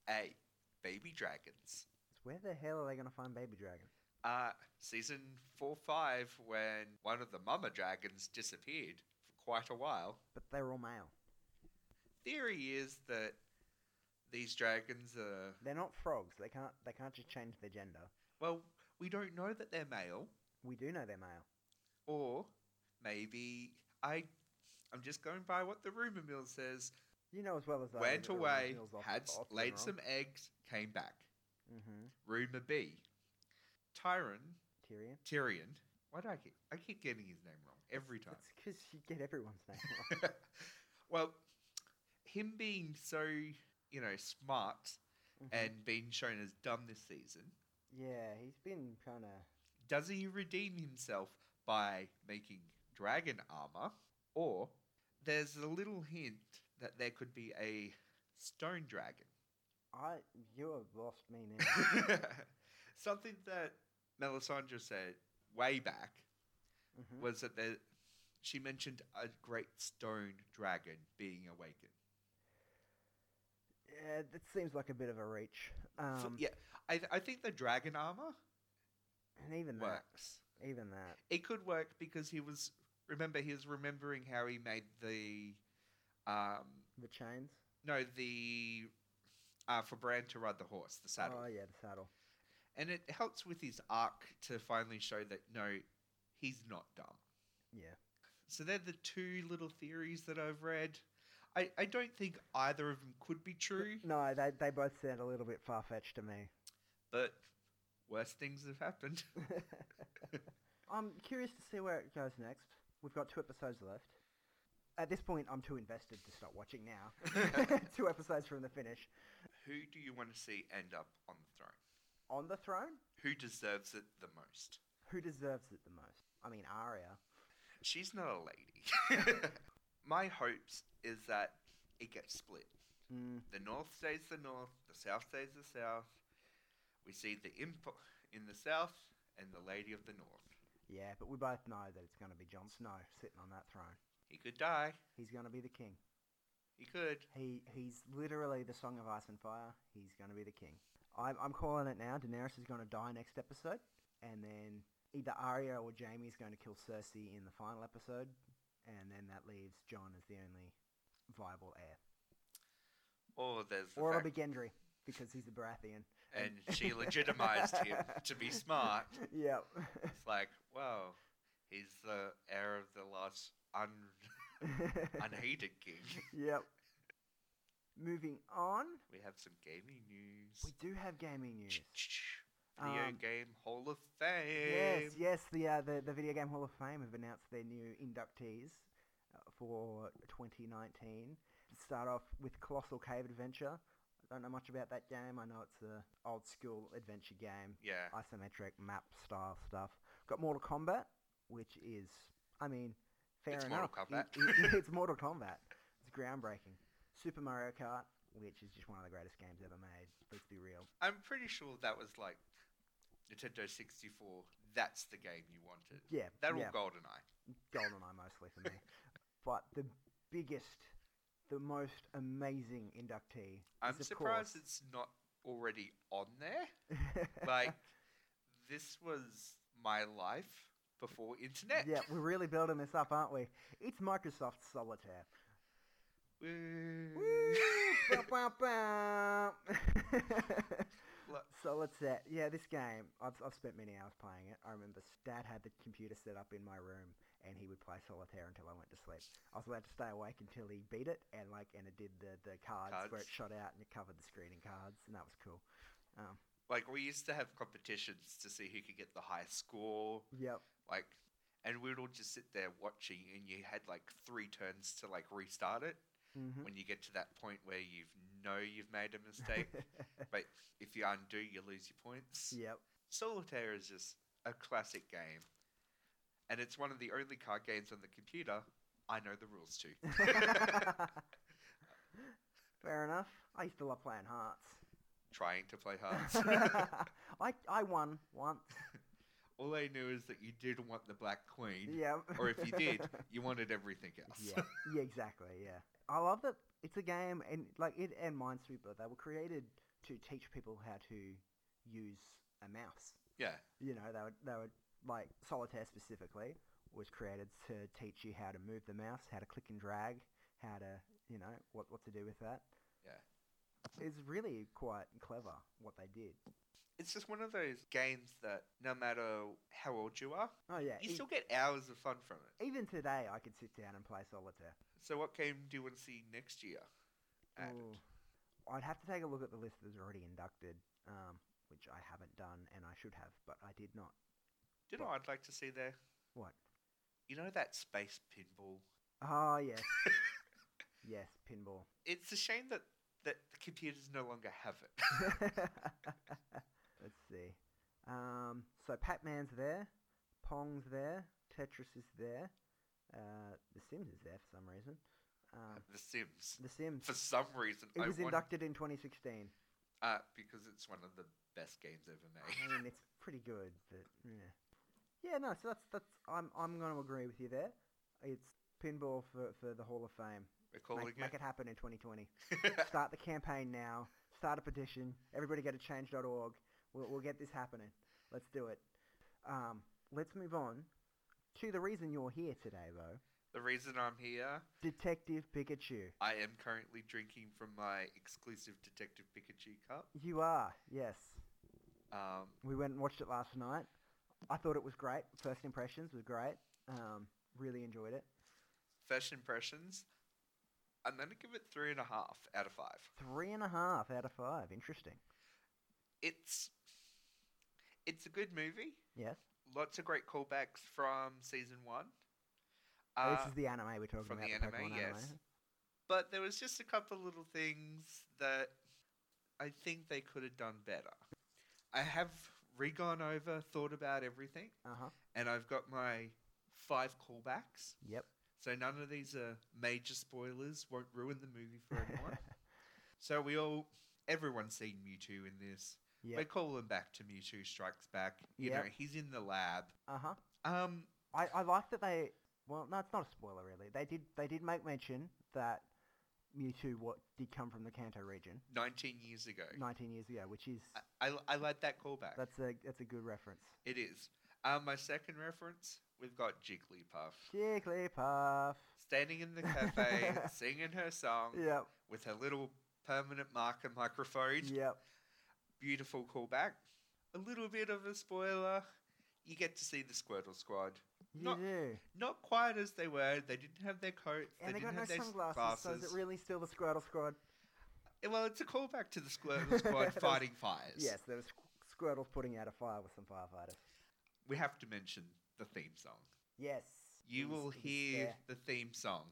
Speaker 2: A, baby dragons.
Speaker 1: Where the hell are they going to find baby dragon?
Speaker 2: Uh, season 4 5, when one of the mama dragons disappeared for quite a while.
Speaker 1: But they're all male.
Speaker 2: Theory is that these dragons are.
Speaker 1: They're not frogs. They can't they can't just change their gender.
Speaker 2: Well, we don't know that they're male,
Speaker 1: We do know they're male.
Speaker 2: or maybe. I. I'm just going by what the rumor mill says.
Speaker 1: You know as well as I
Speaker 2: Went away, had s- laid some eggs, came back.
Speaker 1: Mm-hmm.
Speaker 2: Rumor B. Tyron
Speaker 1: Tyrion.
Speaker 2: Tyrion. Why do I keep I keep getting his name wrong every time?
Speaker 1: It's because you get everyone's
Speaker 2: [LAUGHS]
Speaker 1: name wrong.
Speaker 2: well, him being so you know smart
Speaker 1: Mhm.
Speaker 2: and being shown as dumb this season,
Speaker 1: yeah, he's been kind of.
Speaker 2: does he redeem himself by making dragon armor, or there's a little hint that there could be a stone dragon, [LAUGHS]
Speaker 1: I you have lost me now.
Speaker 2: something that Melisandre said way back
Speaker 1: Mhm.
Speaker 2: was that there, she mentioned a great stone dragon being awakened.
Speaker 1: Yeah, that seems like a bit of a reach.
Speaker 2: F-
Speaker 1: Um,
Speaker 2: yeah, I, th- I think the dragon armor
Speaker 1: and even that,
Speaker 2: works.
Speaker 1: even that.
Speaker 2: It could work because he was remember he was remembering how he made the um
Speaker 1: The chains.
Speaker 2: no the uh, for Bran to ride the horse the saddle
Speaker 1: Oh yeah, the saddle.
Speaker 2: and it helps with his arc to finally show that no he's not dumb.
Speaker 1: Yeah.
Speaker 2: So they're the two little theories that I've read. I, I don't think either of them could be true,
Speaker 1: No, they they both sound a little bit far fetched to me. [LAUGHS]
Speaker 2: but worse things have happened.
Speaker 1: I'm curious to see where it goes next. We've got two episodes left. At this point, I'm too invested to stop watching now. [LAUGHS] two episodes from the finish.
Speaker 2: Who do you want to see end up on the throne?
Speaker 1: On the throne,
Speaker 2: Who deserves it the most?
Speaker 1: who deserves it the most? I mean, Arya.
Speaker 2: She's not a lady. [LAUGHS] My hopes is that it gets split.
Speaker 1: Mm,
Speaker 2: The north stays the north, the south stays the south. We see the imp in the south and the lady of the north.
Speaker 1: yeah, but we both know that it's going to be Jon Snow sitting on that throne.
Speaker 2: He could die.
Speaker 1: He's going to be the king.
Speaker 2: He could.
Speaker 1: He he's literally the Song of Ice and Fire. He's going to be the king. I'm I'm calling it now. Daenerys is going to die next episode, and then either Arya or Jamie's going to kill Cersei in the final episode, and then that leaves John as the only viable heir,
Speaker 2: Or there's the
Speaker 1: or it'll
Speaker 2: fact-
Speaker 1: be Gendry because he's a Baratheon. [LAUGHS]
Speaker 2: [LAUGHS] and she legitimized him to be smart.
Speaker 1: Yep.
Speaker 2: It's like, well, he's the
Speaker 1: [LAUGHS]
Speaker 2: heir of the last un- unhated king.
Speaker 1: yep. Moving on,
Speaker 2: We have some gaming news.
Speaker 1: we do have gaming news.
Speaker 2: Video
Speaker 1: Um,
Speaker 2: Game Hall of Fame.
Speaker 1: Yes, yes, the, uh, the the Video Game Hall of Fame have announced their new inductees uh, for 2019. Start off with Colossal Cave Adventure. I don't know much about that game. I know it's a old school adventure game,
Speaker 2: Yeah.
Speaker 1: isometric map style stuff. Got Mortal Kombat, which is, I mean, fair
Speaker 2: It's Mortal
Speaker 1: enough. It-
Speaker 2: Kombat. [LAUGHS]
Speaker 1: it- it's Mortal Kombat. It's groundbreaking. Super Mario Kart, which is just one of the greatest games ever made. Let's be real.
Speaker 2: I'm pretty sure that was like Nintendo 64. That's the game you wanted.
Speaker 1: Yeah,
Speaker 2: That
Speaker 1: yeah.
Speaker 2: or GoldenEye.
Speaker 1: GoldenEye mostly for
Speaker 2: [LAUGHS]
Speaker 1: me. but the biggest, the most amazing inductee.
Speaker 2: I'm
Speaker 1: is, of
Speaker 2: surprised
Speaker 1: course-
Speaker 2: it's not already on there. Like, this was my life before internet.
Speaker 1: [LAUGHS] yeah, we're really building this up, aren't we? It's Microsoft Solitaire.
Speaker 2: Woo.
Speaker 1: Woo! Bow, bow, bow.
Speaker 2: Look.
Speaker 1: [LAUGHS] Solitaire. Yeah, this game, I've, I've spent many hours playing it. I remember s- Dad had the computer set up in my room and he would play Solitaire until I went to sleep. I was allowed to stay awake until he beat it and like and it did the, the cards, where it
Speaker 2: Cards.
Speaker 1: shot out and it covered the screen in cards and that was cool. Um,
Speaker 2: [LAUGHS] like, we used to have competitions to see who could get the highest score.
Speaker 1: yep.
Speaker 2: Like, and we'd all just sit there watching, and you had like three turns to like restart it.
Speaker 1: hmm
Speaker 2: When you get to that point where you know you've made a mistake, but if you undo, you lose your points.
Speaker 1: [LAUGHS] yep.
Speaker 2: Solitaire is just a classic game, and it's one of the only card games on the computer I know the rules
Speaker 1: [LAUGHS]
Speaker 2: to.
Speaker 1: Fair enough. I used to love playing hearts.
Speaker 2: Trying to play hearts.
Speaker 1: [LAUGHS] I I won once.
Speaker 2: all I knew is that you didn't want the Black Queen,
Speaker 1: Yeah. [LAUGHS]
Speaker 2: or if you did, you wanted everything else.
Speaker 1: yeah. Yeah. Exactly. Yeah. I love that it's a game, and like it and Minesweeper, they were created to teach people how to use a mouse.
Speaker 2: [LAUGHS] Yeah.
Speaker 1: You know, they were they were like Solitaire specifically was created to teach you how to move the mouse, how to click and drag, how to you know what what to do with that.
Speaker 2: Yeah.
Speaker 1: It's really quite clever what they did.
Speaker 2: It's just one of those games that no matter how old you are,
Speaker 1: Oh yeah.
Speaker 2: you
Speaker 1: e-
Speaker 2: still get hours of fun from it.
Speaker 1: even today, I could sit down and play solitaire.
Speaker 2: So, what game do you want to see next year? added?
Speaker 1: Ooh. I'd have to take a look at the list that's already inducted, um, which I haven't done and I should have, but I did not.
Speaker 2: Do you know what I'd like to see there?
Speaker 1: What?
Speaker 2: You know that space pinball?
Speaker 1: Oh
Speaker 2: [LAUGHS]
Speaker 1: yes, yes, pinball.
Speaker 2: It's a shame that, that the computers no longer have it.
Speaker 1: [LAUGHS] Let's see. Um, so Pac-Man's there, Pong's there, Tetris is there, uh, The Sims is there for some reason. Um,
Speaker 2: [LAUGHS] the Sims.
Speaker 1: the Sims.
Speaker 2: For some reason,
Speaker 1: It
Speaker 2: I
Speaker 1: was
Speaker 2: want,
Speaker 1: inducted in 2016.
Speaker 2: uh, because it's one of the best games ever
Speaker 1: I
Speaker 2: made.
Speaker 1: mean, it's pretty good, but yeah, yeah. No, so that's that's. I'm I'm going to agree with you there. It's pinball for, for the Hall of Fame.
Speaker 2: We're calling
Speaker 1: Make, make it
Speaker 2: it.
Speaker 1: happen in 2020. Start the campaign now. Start a petition. Everybody go to change.org. We'll we'll get this happening. Let's do it. Um, let's move on to the reason you're here today, though.
Speaker 2: [LAUGHS] the reason I'm here,
Speaker 1: Detective Pikachu.
Speaker 2: I am currently drinking from my exclusive Detective Pikachu cup.
Speaker 1: You are yes.
Speaker 2: Um,
Speaker 1: We went and watched it last night. I thought it was great. First impressions was great. Um, really enjoyed it.
Speaker 2: first impressions, I'm going to give it three and a half out of five.
Speaker 1: Three and a half out of five. Interesting.
Speaker 2: It's it's a good movie.
Speaker 1: Yes.
Speaker 2: Lots of great callbacks from season one.
Speaker 1: Oh,
Speaker 2: Uh,
Speaker 1: this is the anime we're talking
Speaker 2: from
Speaker 1: about.
Speaker 2: the
Speaker 1: Pokemon
Speaker 2: anime, yes. But there was just a couple little things that I think they could have done better. I have regone over, thought about everything,
Speaker 1: Uh-huh.
Speaker 2: and I've got my five callbacks.
Speaker 1: Yep.
Speaker 2: So none of these are major spoilers, won't ruin the movie for anyone. so we all, everyone's seen Mewtwo in this. We're
Speaker 1: yep.
Speaker 2: calling back to Mewtwo Strikes Back. You
Speaker 1: Yep.
Speaker 2: know, he's in the lab.
Speaker 1: Uh-huh.
Speaker 2: Um,
Speaker 1: I, I like that they well, no, it's not a spoiler really. They did they did make mention that Mewtwo what did come from the Kanto region
Speaker 2: 19 years ago.
Speaker 1: nineteen years ago, which is
Speaker 2: I, I, I like that callback.
Speaker 1: that's a that's a good reference.
Speaker 2: It is. Um, my second reference, we've got Jigglypuff
Speaker 1: Jigglypuff.
Speaker 2: Um, standing in
Speaker 1: [LAUGHS]
Speaker 2: the cafe, singing her song
Speaker 1: Yep.
Speaker 2: with her little permanent marker microphone.
Speaker 1: Yep.
Speaker 2: Beautiful callback. A little bit of a spoiler. You get to see the Squirtle Squad.
Speaker 1: You
Speaker 2: Not-
Speaker 1: do.
Speaker 2: Not quite as they were. They didn't have their coats.
Speaker 1: And they,
Speaker 2: didn't
Speaker 1: got no
Speaker 2: have their
Speaker 1: sunglasses, so is
Speaker 2: glasses.
Speaker 1: it really still the Squirtle Squad?
Speaker 2: Well, it's a
Speaker 1: [LAUGHS]
Speaker 2: callback to the Squirtle Squad fighting fires.
Speaker 1: Yes, there was Squ- Squirtle's putting out a fire with some firefighters.
Speaker 2: We have to mention the theme song.
Speaker 1: Yes.
Speaker 2: You
Speaker 1: it was-
Speaker 2: will
Speaker 1: it was
Speaker 2: hear
Speaker 1: there.
Speaker 2: the theme song.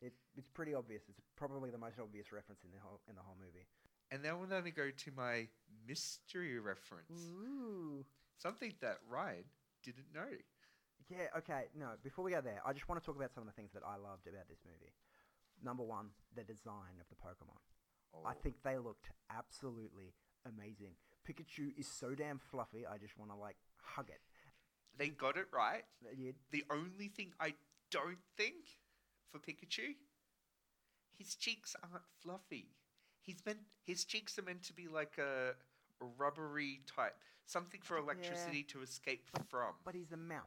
Speaker 1: It, it's pretty obvious. It's probably the most obvious reference in the whole in the whole movie.
Speaker 2: And then we're going to go to my mystery reference.
Speaker 1: Mm. Ooh.
Speaker 2: Something that Ryan didn't know.
Speaker 1: Yeah, okay. No, before we go there, I just want to talk about some of the things that I loved about this movie. Number one, the design of the Pokemon. I
Speaker 2: Oh.
Speaker 1: think they looked absolutely amazing. Pikachu is so damn fluffy, I just want to, like, hug it.
Speaker 2: they got it right.
Speaker 1: You,
Speaker 2: The only thing I don't think for Pikachu, his cheeks aren't fluffy. He's meant his cheeks are meant to be like a rubbery type, something for electricity to escape from.
Speaker 1: but he's a mouse.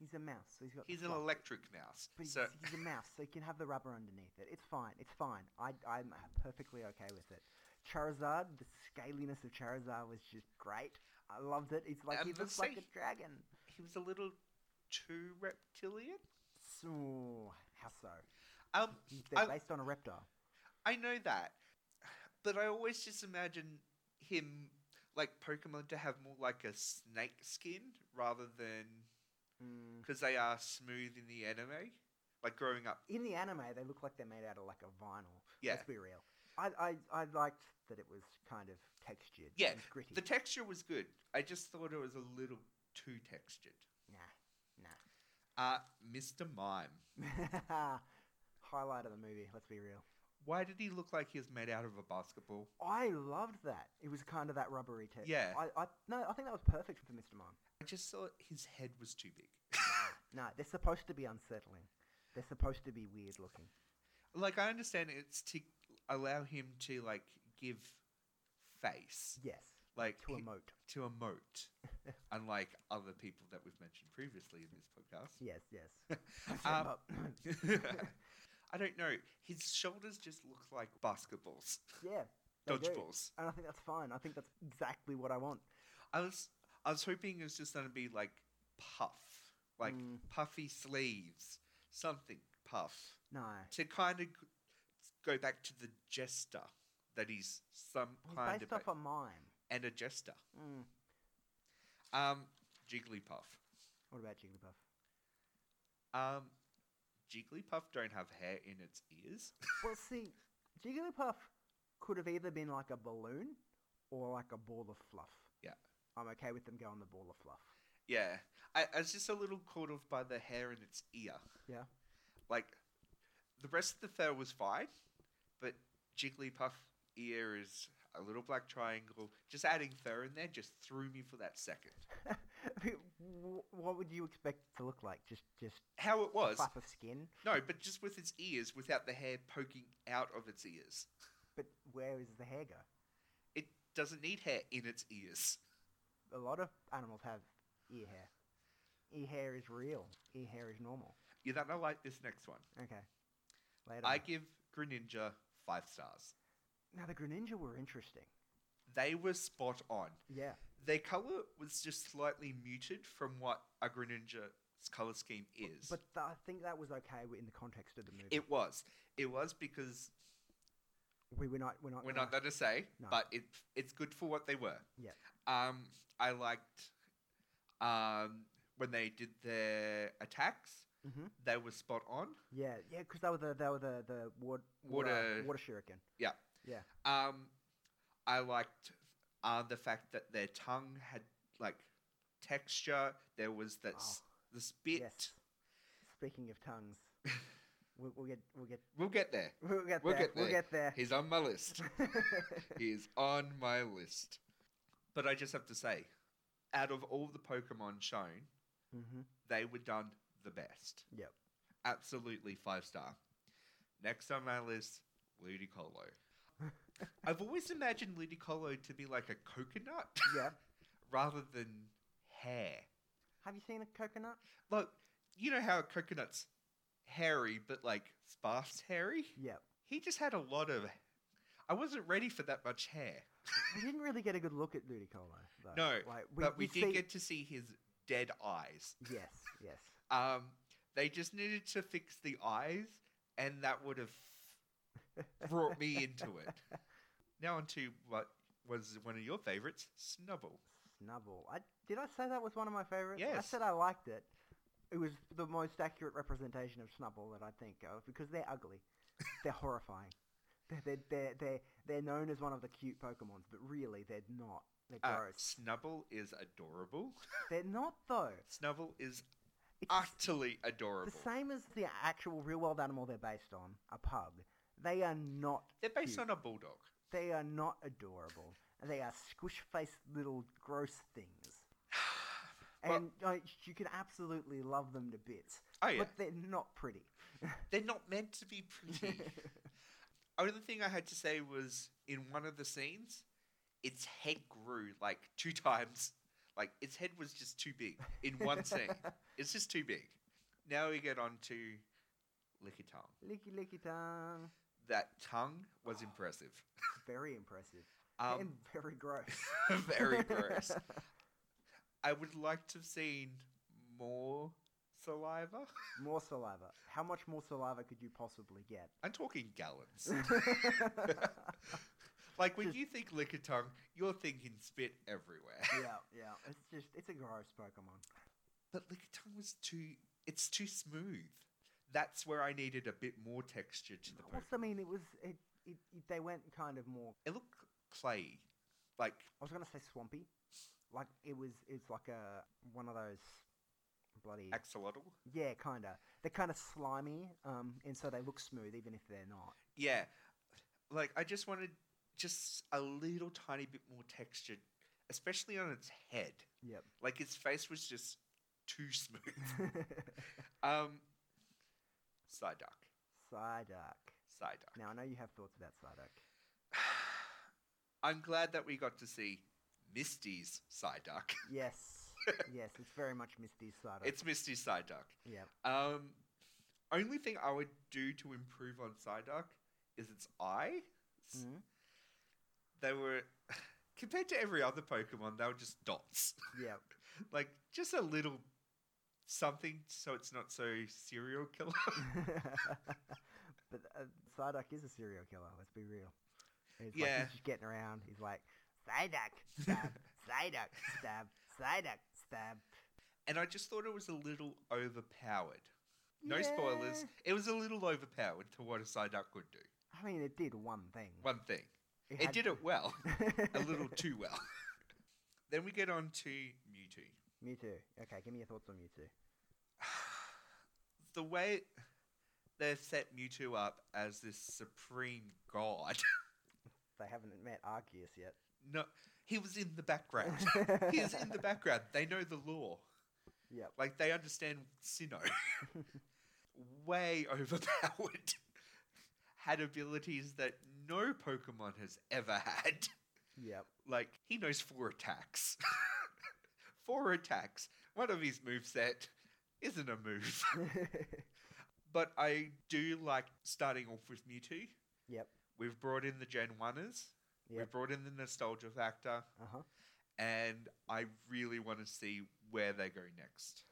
Speaker 1: He's a mouse, so he's got. the
Speaker 2: He's an
Speaker 1: fluff.
Speaker 2: electric mouse.
Speaker 1: But he's,
Speaker 2: So
Speaker 1: he's a mouse, so he can have the rubber underneath it. It's fine. It's fine. I, I'm perfectly okay with it. Charizard, the scaliness of Charizard was just great. I loved it. It's like
Speaker 2: And
Speaker 1: he
Speaker 2: the
Speaker 1: looks like
Speaker 2: sea.
Speaker 1: a dragon.
Speaker 2: he was a little too reptilian.
Speaker 1: So, how so?
Speaker 2: Um,
Speaker 1: He's- They're
Speaker 2: I-
Speaker 1: based on a reptile.
Speaker 2: I know that, but I always just imagine him like Pokemon to have more like a snake skin rather than
Speaker 1: Mm.
Speaker 2: because they are smooth in the anime. Like growing up,
Speaker 1: In the anime, they look like they're made out of like a vinyl.
Speaker 2: yeah.
Speaker 1: Let's be real. I, I, I liked that it was kind of textured.
Speaker 2: Yeah,
Speaker 1: It was gritty.
Speaker 2: The texture was good. I just thought it was a little too textured.
Speaker 1: nah,
Speaker 2: Uh, Mr. Mime.
Speaker 1: nah. [LAUGHS] Highlight of the movie, let's be real.
Speaker 2: Why did he look like he was made out of a basketball?
Speaker 1: I loved that. It was kind of that rubbery texture.
Speaker 2: Yeah.
Speaker 1: I, I, no, I think that was perfect for Mr. Mime.
Speaker 2: I just thought his head was too big.
Speaker 1: No, they're supposed to be unsettling. They're supposed to be weird looking.
Speaker 2: like I understand it's to allow him to like give face,
Speaker 1: Yes.
Speaker 2: like
Speaker 1: To
Speaker 2: he-
Speaker 1: emote. [LAUGHS]
Speaker 2: to emote, unlike other people that we've mentioned previously in this podcast.
Speaker 1: Yes, yes.
Speaker 2: [LAUGHS] Um,
Speaker 1: Up.
Speaker 2: [LAUGHS] I don't know. His shoulders just look like basketballs,
Speaker 1: [CLEARS THROAT] yeah. they do.
Speaker 2: dodgeballs.
Speaker 1: And I think that's fine. I think that's exactly what I want.
Speaker 2: I was I was hoping it was just gonna be like puff, like
Speaker 1: Mm.
Speaker 2: puffy sleeves, something puff
Speaker 1: No.
Speaker 2: to kind of go back to the jester that he's some
Speaker 1: He's
Speaker 2: kind
Speaker 1: based off
Speaker 2: of
Speaker 1: a mime.
Speaker 2: and a jester.
Speaker 1: Mm.
Speaker 2: Um, Jigglypuff.
Speaker 1: What about Jigglypuff?
Speaker 2: Um, Jigglypuff don't have hair in its ears.
Speaker 1: Well, see, Jigglypuff could have either been like a balloon or like a ball of fluff.
Speaker 2: Yeah.
Speaker 1: I'm okay with them going the ball of fluff. [LAUGHS]
Speaker 2: yeah, I, I was just a little caught off by the hair in its ear.
Speaker 1: Yeah.
Speaker 2: like the rest of the fur was fine, but Jigglypuff ear is a little black triangle. Just adding fur in there just threw me for that second.
Speaker 1: Wh- what would you expect it to look like? Just just
Speaker 2: How it was
Speaker 1: flap of skin?
Speaker 2: no, but just with its ears, without the hair poking out of its ears.
Speaker 1: But where is the hair go?
Speaker 2: It doesn't need hair in its ears.
Speaker 1: A lot of animals have ear hair. Ear hair is real. Ear hair is normal.
Speaker 2: You're not gonna like this next one.
Speaker 1: Okay. Later.
Speaker 2: I
Speaker 1: I...
Speaker 2: give Greninja five stars.
Speaker 1: Now the Greninja were interesting.
Speaker 2: They were spot on.
Speaker 1: Yeah.
Speaker 2: Their color was just slightly muted from what a Greninja's color scheme is.
Speaker 1: But th- I think that was okay in the context of the movie.
Speaker 2: It was. It was because
Speaker 1: we were not. We're not. uh,
Speaker 2: we're
Speaker 1: gonna-
Speaker 2: not going to say,
Speaker 1: No.
Speaker 2: but it it's good for what they were.
Speaker 1: Yeah.
Speaker 2: Um, I liked um when they did their attacks.
Speaker 1: Mhm.
Speaker 2: They were spot on.
Speaker 1: Yeah, yeah, because they were the they were the the ward, water
Speaker 2: Water-
Speaker 1: water shuriken.
Speaker 2: Yeah.
Speaker 1: Yeah.
Speaker 2: Um, I liked uh, the fact that their tongue had like texture. There was that s-
Speaker 1: Oh,
Speaker 2: the spit.
Speaker 1: Yes. Speaking of
Speaker 2: [LAUGHS]
Speaker 1: tongues, we'll, we'll get we'll get [LAUGHS]
Speaker 2: We'll get there.
Speaker 1: we'll get
Speaker 2: We'll
Speaker 1: there.
Speaker 2: get
Speaker 1: We'll
Speaker 2: there.
Speaker 1: get there. [LAUGHS]
Speaker 2: He's on my list. he is on my list. But I just have to say, out of all the Pokemon shown,
Speaker 1: hmm
Speaker 2: they were done the best.
Speaker 1: Yep.
Speaker 2: Absolutely five star. Next on my list, Ludicolo. I've always imagined Ludicolo to be like a coconut
Speaker 1: Yeah.
Speaker 2: rather than hair.
Speaker 1: Have you seen a coconut?
Speaker 2: Look, you know how a coconut's hairy, but like sparse hairy?
Speaker 1: Yep.
Speaker 2: He just had a lot of. I wasn't ready for that much hair.
Speaker 1: We didn't really get a good look at Ludicolo. Though.
Speaker 2: No,
Speaker 1: like,
Speaker 2: but we
Speaker 1: you
Speaker 2: did
Speaker 1: see-
Speaker 2: get to see his dead eyes.
Speaker 1: Yes, yes. [LAUGHS]
Speaker 2: Um, they just needed to fix the eyes, and that would have brought me into it. Now on to what was one of your favorites, Snubble.
Speaker 1: Snubble. I did I say that was one of my favorites? I
Speaker 2: Yes.
Speaker 1: said I liked it. It was the most accurate representation of Snubble that I think of because they're
Speaker 2: [LAUGHS]
Speaker 1: ugly. they're horrifying. They're, they're, they're, they're, they're known as one of the cute Pokemons, but really they're not. They're
Speaker 2: Uh,
Speaker 1: gross.
Speaker 2: Snubble is adorable.
Speaker 1: they're not though.
Speaker 2: Snubble is
Speaker 1: It's
Speaker 2: utterly adorable.
Speaker 1: the same as the actual real world animal they're based on, a pug. They are not
Speaker 2: They're based
Speaker 1: cute.
Speaker 2: on a bulldog. [SIGHS]
Speaker 1: They are not adorable. They are squish-faced little gross things.
Speaker 2: Well-
Speaker 1: And uh, you can absolutely love them to bits,
Speaker 2: Oh yeah,
Speaker 1: but they're not pretty.
Speaker 2: they're not meant to be pretty.
Speaker 1: [LAUGHS]
Speaker 2: Only thing I had to say was in one of the scenes, its head grew like two [LAUGHS] times. Like its head was just too big in [LAUGHS]
Speaker 1: [LAUGHS]
Speaker 2: one scene. It's just too big. Now we get on to Licky Tongue.
Speaker 1: Licky licky tongue.
Speaker 2: That tongue was impressive.
Speaker 1: Very impressive. and
Speaker 2: Um,
Speaker 1: very gross.
Speaker 2: [LAUGHS] very gross. I would like to have seen more saliva.
Speaker 1: [LAUGHS] more saliva. How much more saliva could you possibly
Speaker 2: [LAUGHS]
Speaker 1: get? [LAUGHS]
Speaker 2: I'm talking gallons. like when
Speaker 1: Just-
Speaker 2: you think liquor tongue, you're thinking spit everywhere.
Speaker 1: yeah, yeah. It's just, it's a gross Pokemon.
Speaker 2: But liquor tongue was too. It's too smooth. That's where I needed a bit more texture to the
Speaker 1: Also,
Speaker 2: Pokemon.
Speaker 1: I mean, it was, it, it, it, they went kind of more
Speaker 2: It looked clay, like
Speaker 1: I was gonna say swampy, like it was. It's like a one of those bloody
Speaker 2: axolotl.
Speaker 1: yeah, kinda. They're kind of slimy, um, and so they look smooth even if they're
Speaker 2: [LAUGHS]
Speaker 1: not.
Speaker 2: Yeah, like I just wanted just a little tiny bit more texture, especially on its head.
Speaker 1: Yep.
Speaker 2: Like his face was just
Speaker 1: [LAUGHS]
Speaker 2: too smooth. um, Psyduck.
Speaker 1: Psyduck.
Speaker 2: Psyduck.
Speaker 1: Now I know you have thoughts about Psyduck.
Speaker 2: [SIGHS] I'm glad that we got to see Misty's Psyduck.
Speaker 1: Yes,
Speaker 2: [LAUGHS]
Speaker 1: yes, it's very much Misty's Psyduck.
Speaker 2: It's Misty's Psyduck. [LAUGHS]
Speaker 1: yep.
Speaker 2: Um, only thing I would do to improve on Psyduck is its eye.
Speaker 1: Mhm.
Speaker 2: They were, [LAUGHS] compared to every other Pokemon, they were just dots. [LAUGHS]
Speaker 1: Yep. [LAUGHS]
Speaker 2: like, just a little something so it's not so serial killer. [LAUGHS]
Speaker 1: but uh, Psyduck is a serial killer. Let's be real. It's like
Speaker 2: Yeah.
Speaker 1: he's just getting around. He's like Psyduck,
Speaker 2: [LAUGHS]
Speaker 1: stab, Psyduck, stab, Psyduck, stab.
Speaker 2: and I just thought it was a little overpowered. No spoilers.
Speaker 1: Yeah.
Speaker 2: It was a little overpowered to what a Psyduck could do.
Speaker 1: I mean, it did one thing.
Speaker 2: One thing. It,
Speaker 1: had-
Speaker 2: did
Speaker 1: [LAUGHS]
Speaker 2: it well. a little too well. [LAUGHS] then we get on to Mewtwo.
Speaker 1: Mewtwo. Okay, give me your thoughts on Mewtwo.
Speaker 2: [SIGHS] The way they've set Mewtwo up as this supreme god. [LAUGHS]
Speaker 1: They haven't met Arceus yet.
Speaker 2: No, he was in the background.
Speaker 1: [LAUGHS]
Speaker 2: he is in the background. They know the law.
Speaker 1: Yep.
Speaker 2: Like they understand Sinnoh. [LAUGHS] Way overpowered. [LAUGHS] had abilities that no Pokemon has ever had. [LAUGHS]
Speaker 1: Yep. [LAUGHS]
Speaker 2: Like he knows four attacks. [LAUGHS] four attacks. One of his moveset isn't a move. [LAUGHS] but I do like starting off with Mewtwo.
Speaker 1: Yep.
Speaker 2: We've brought in the Gen 1ers. We've
Speaker 1: Yep.
Speaker 2: brought in the nostalgia factor.
Speaker 1: uh huh.
Speaker 2: And I really want to see where they go next.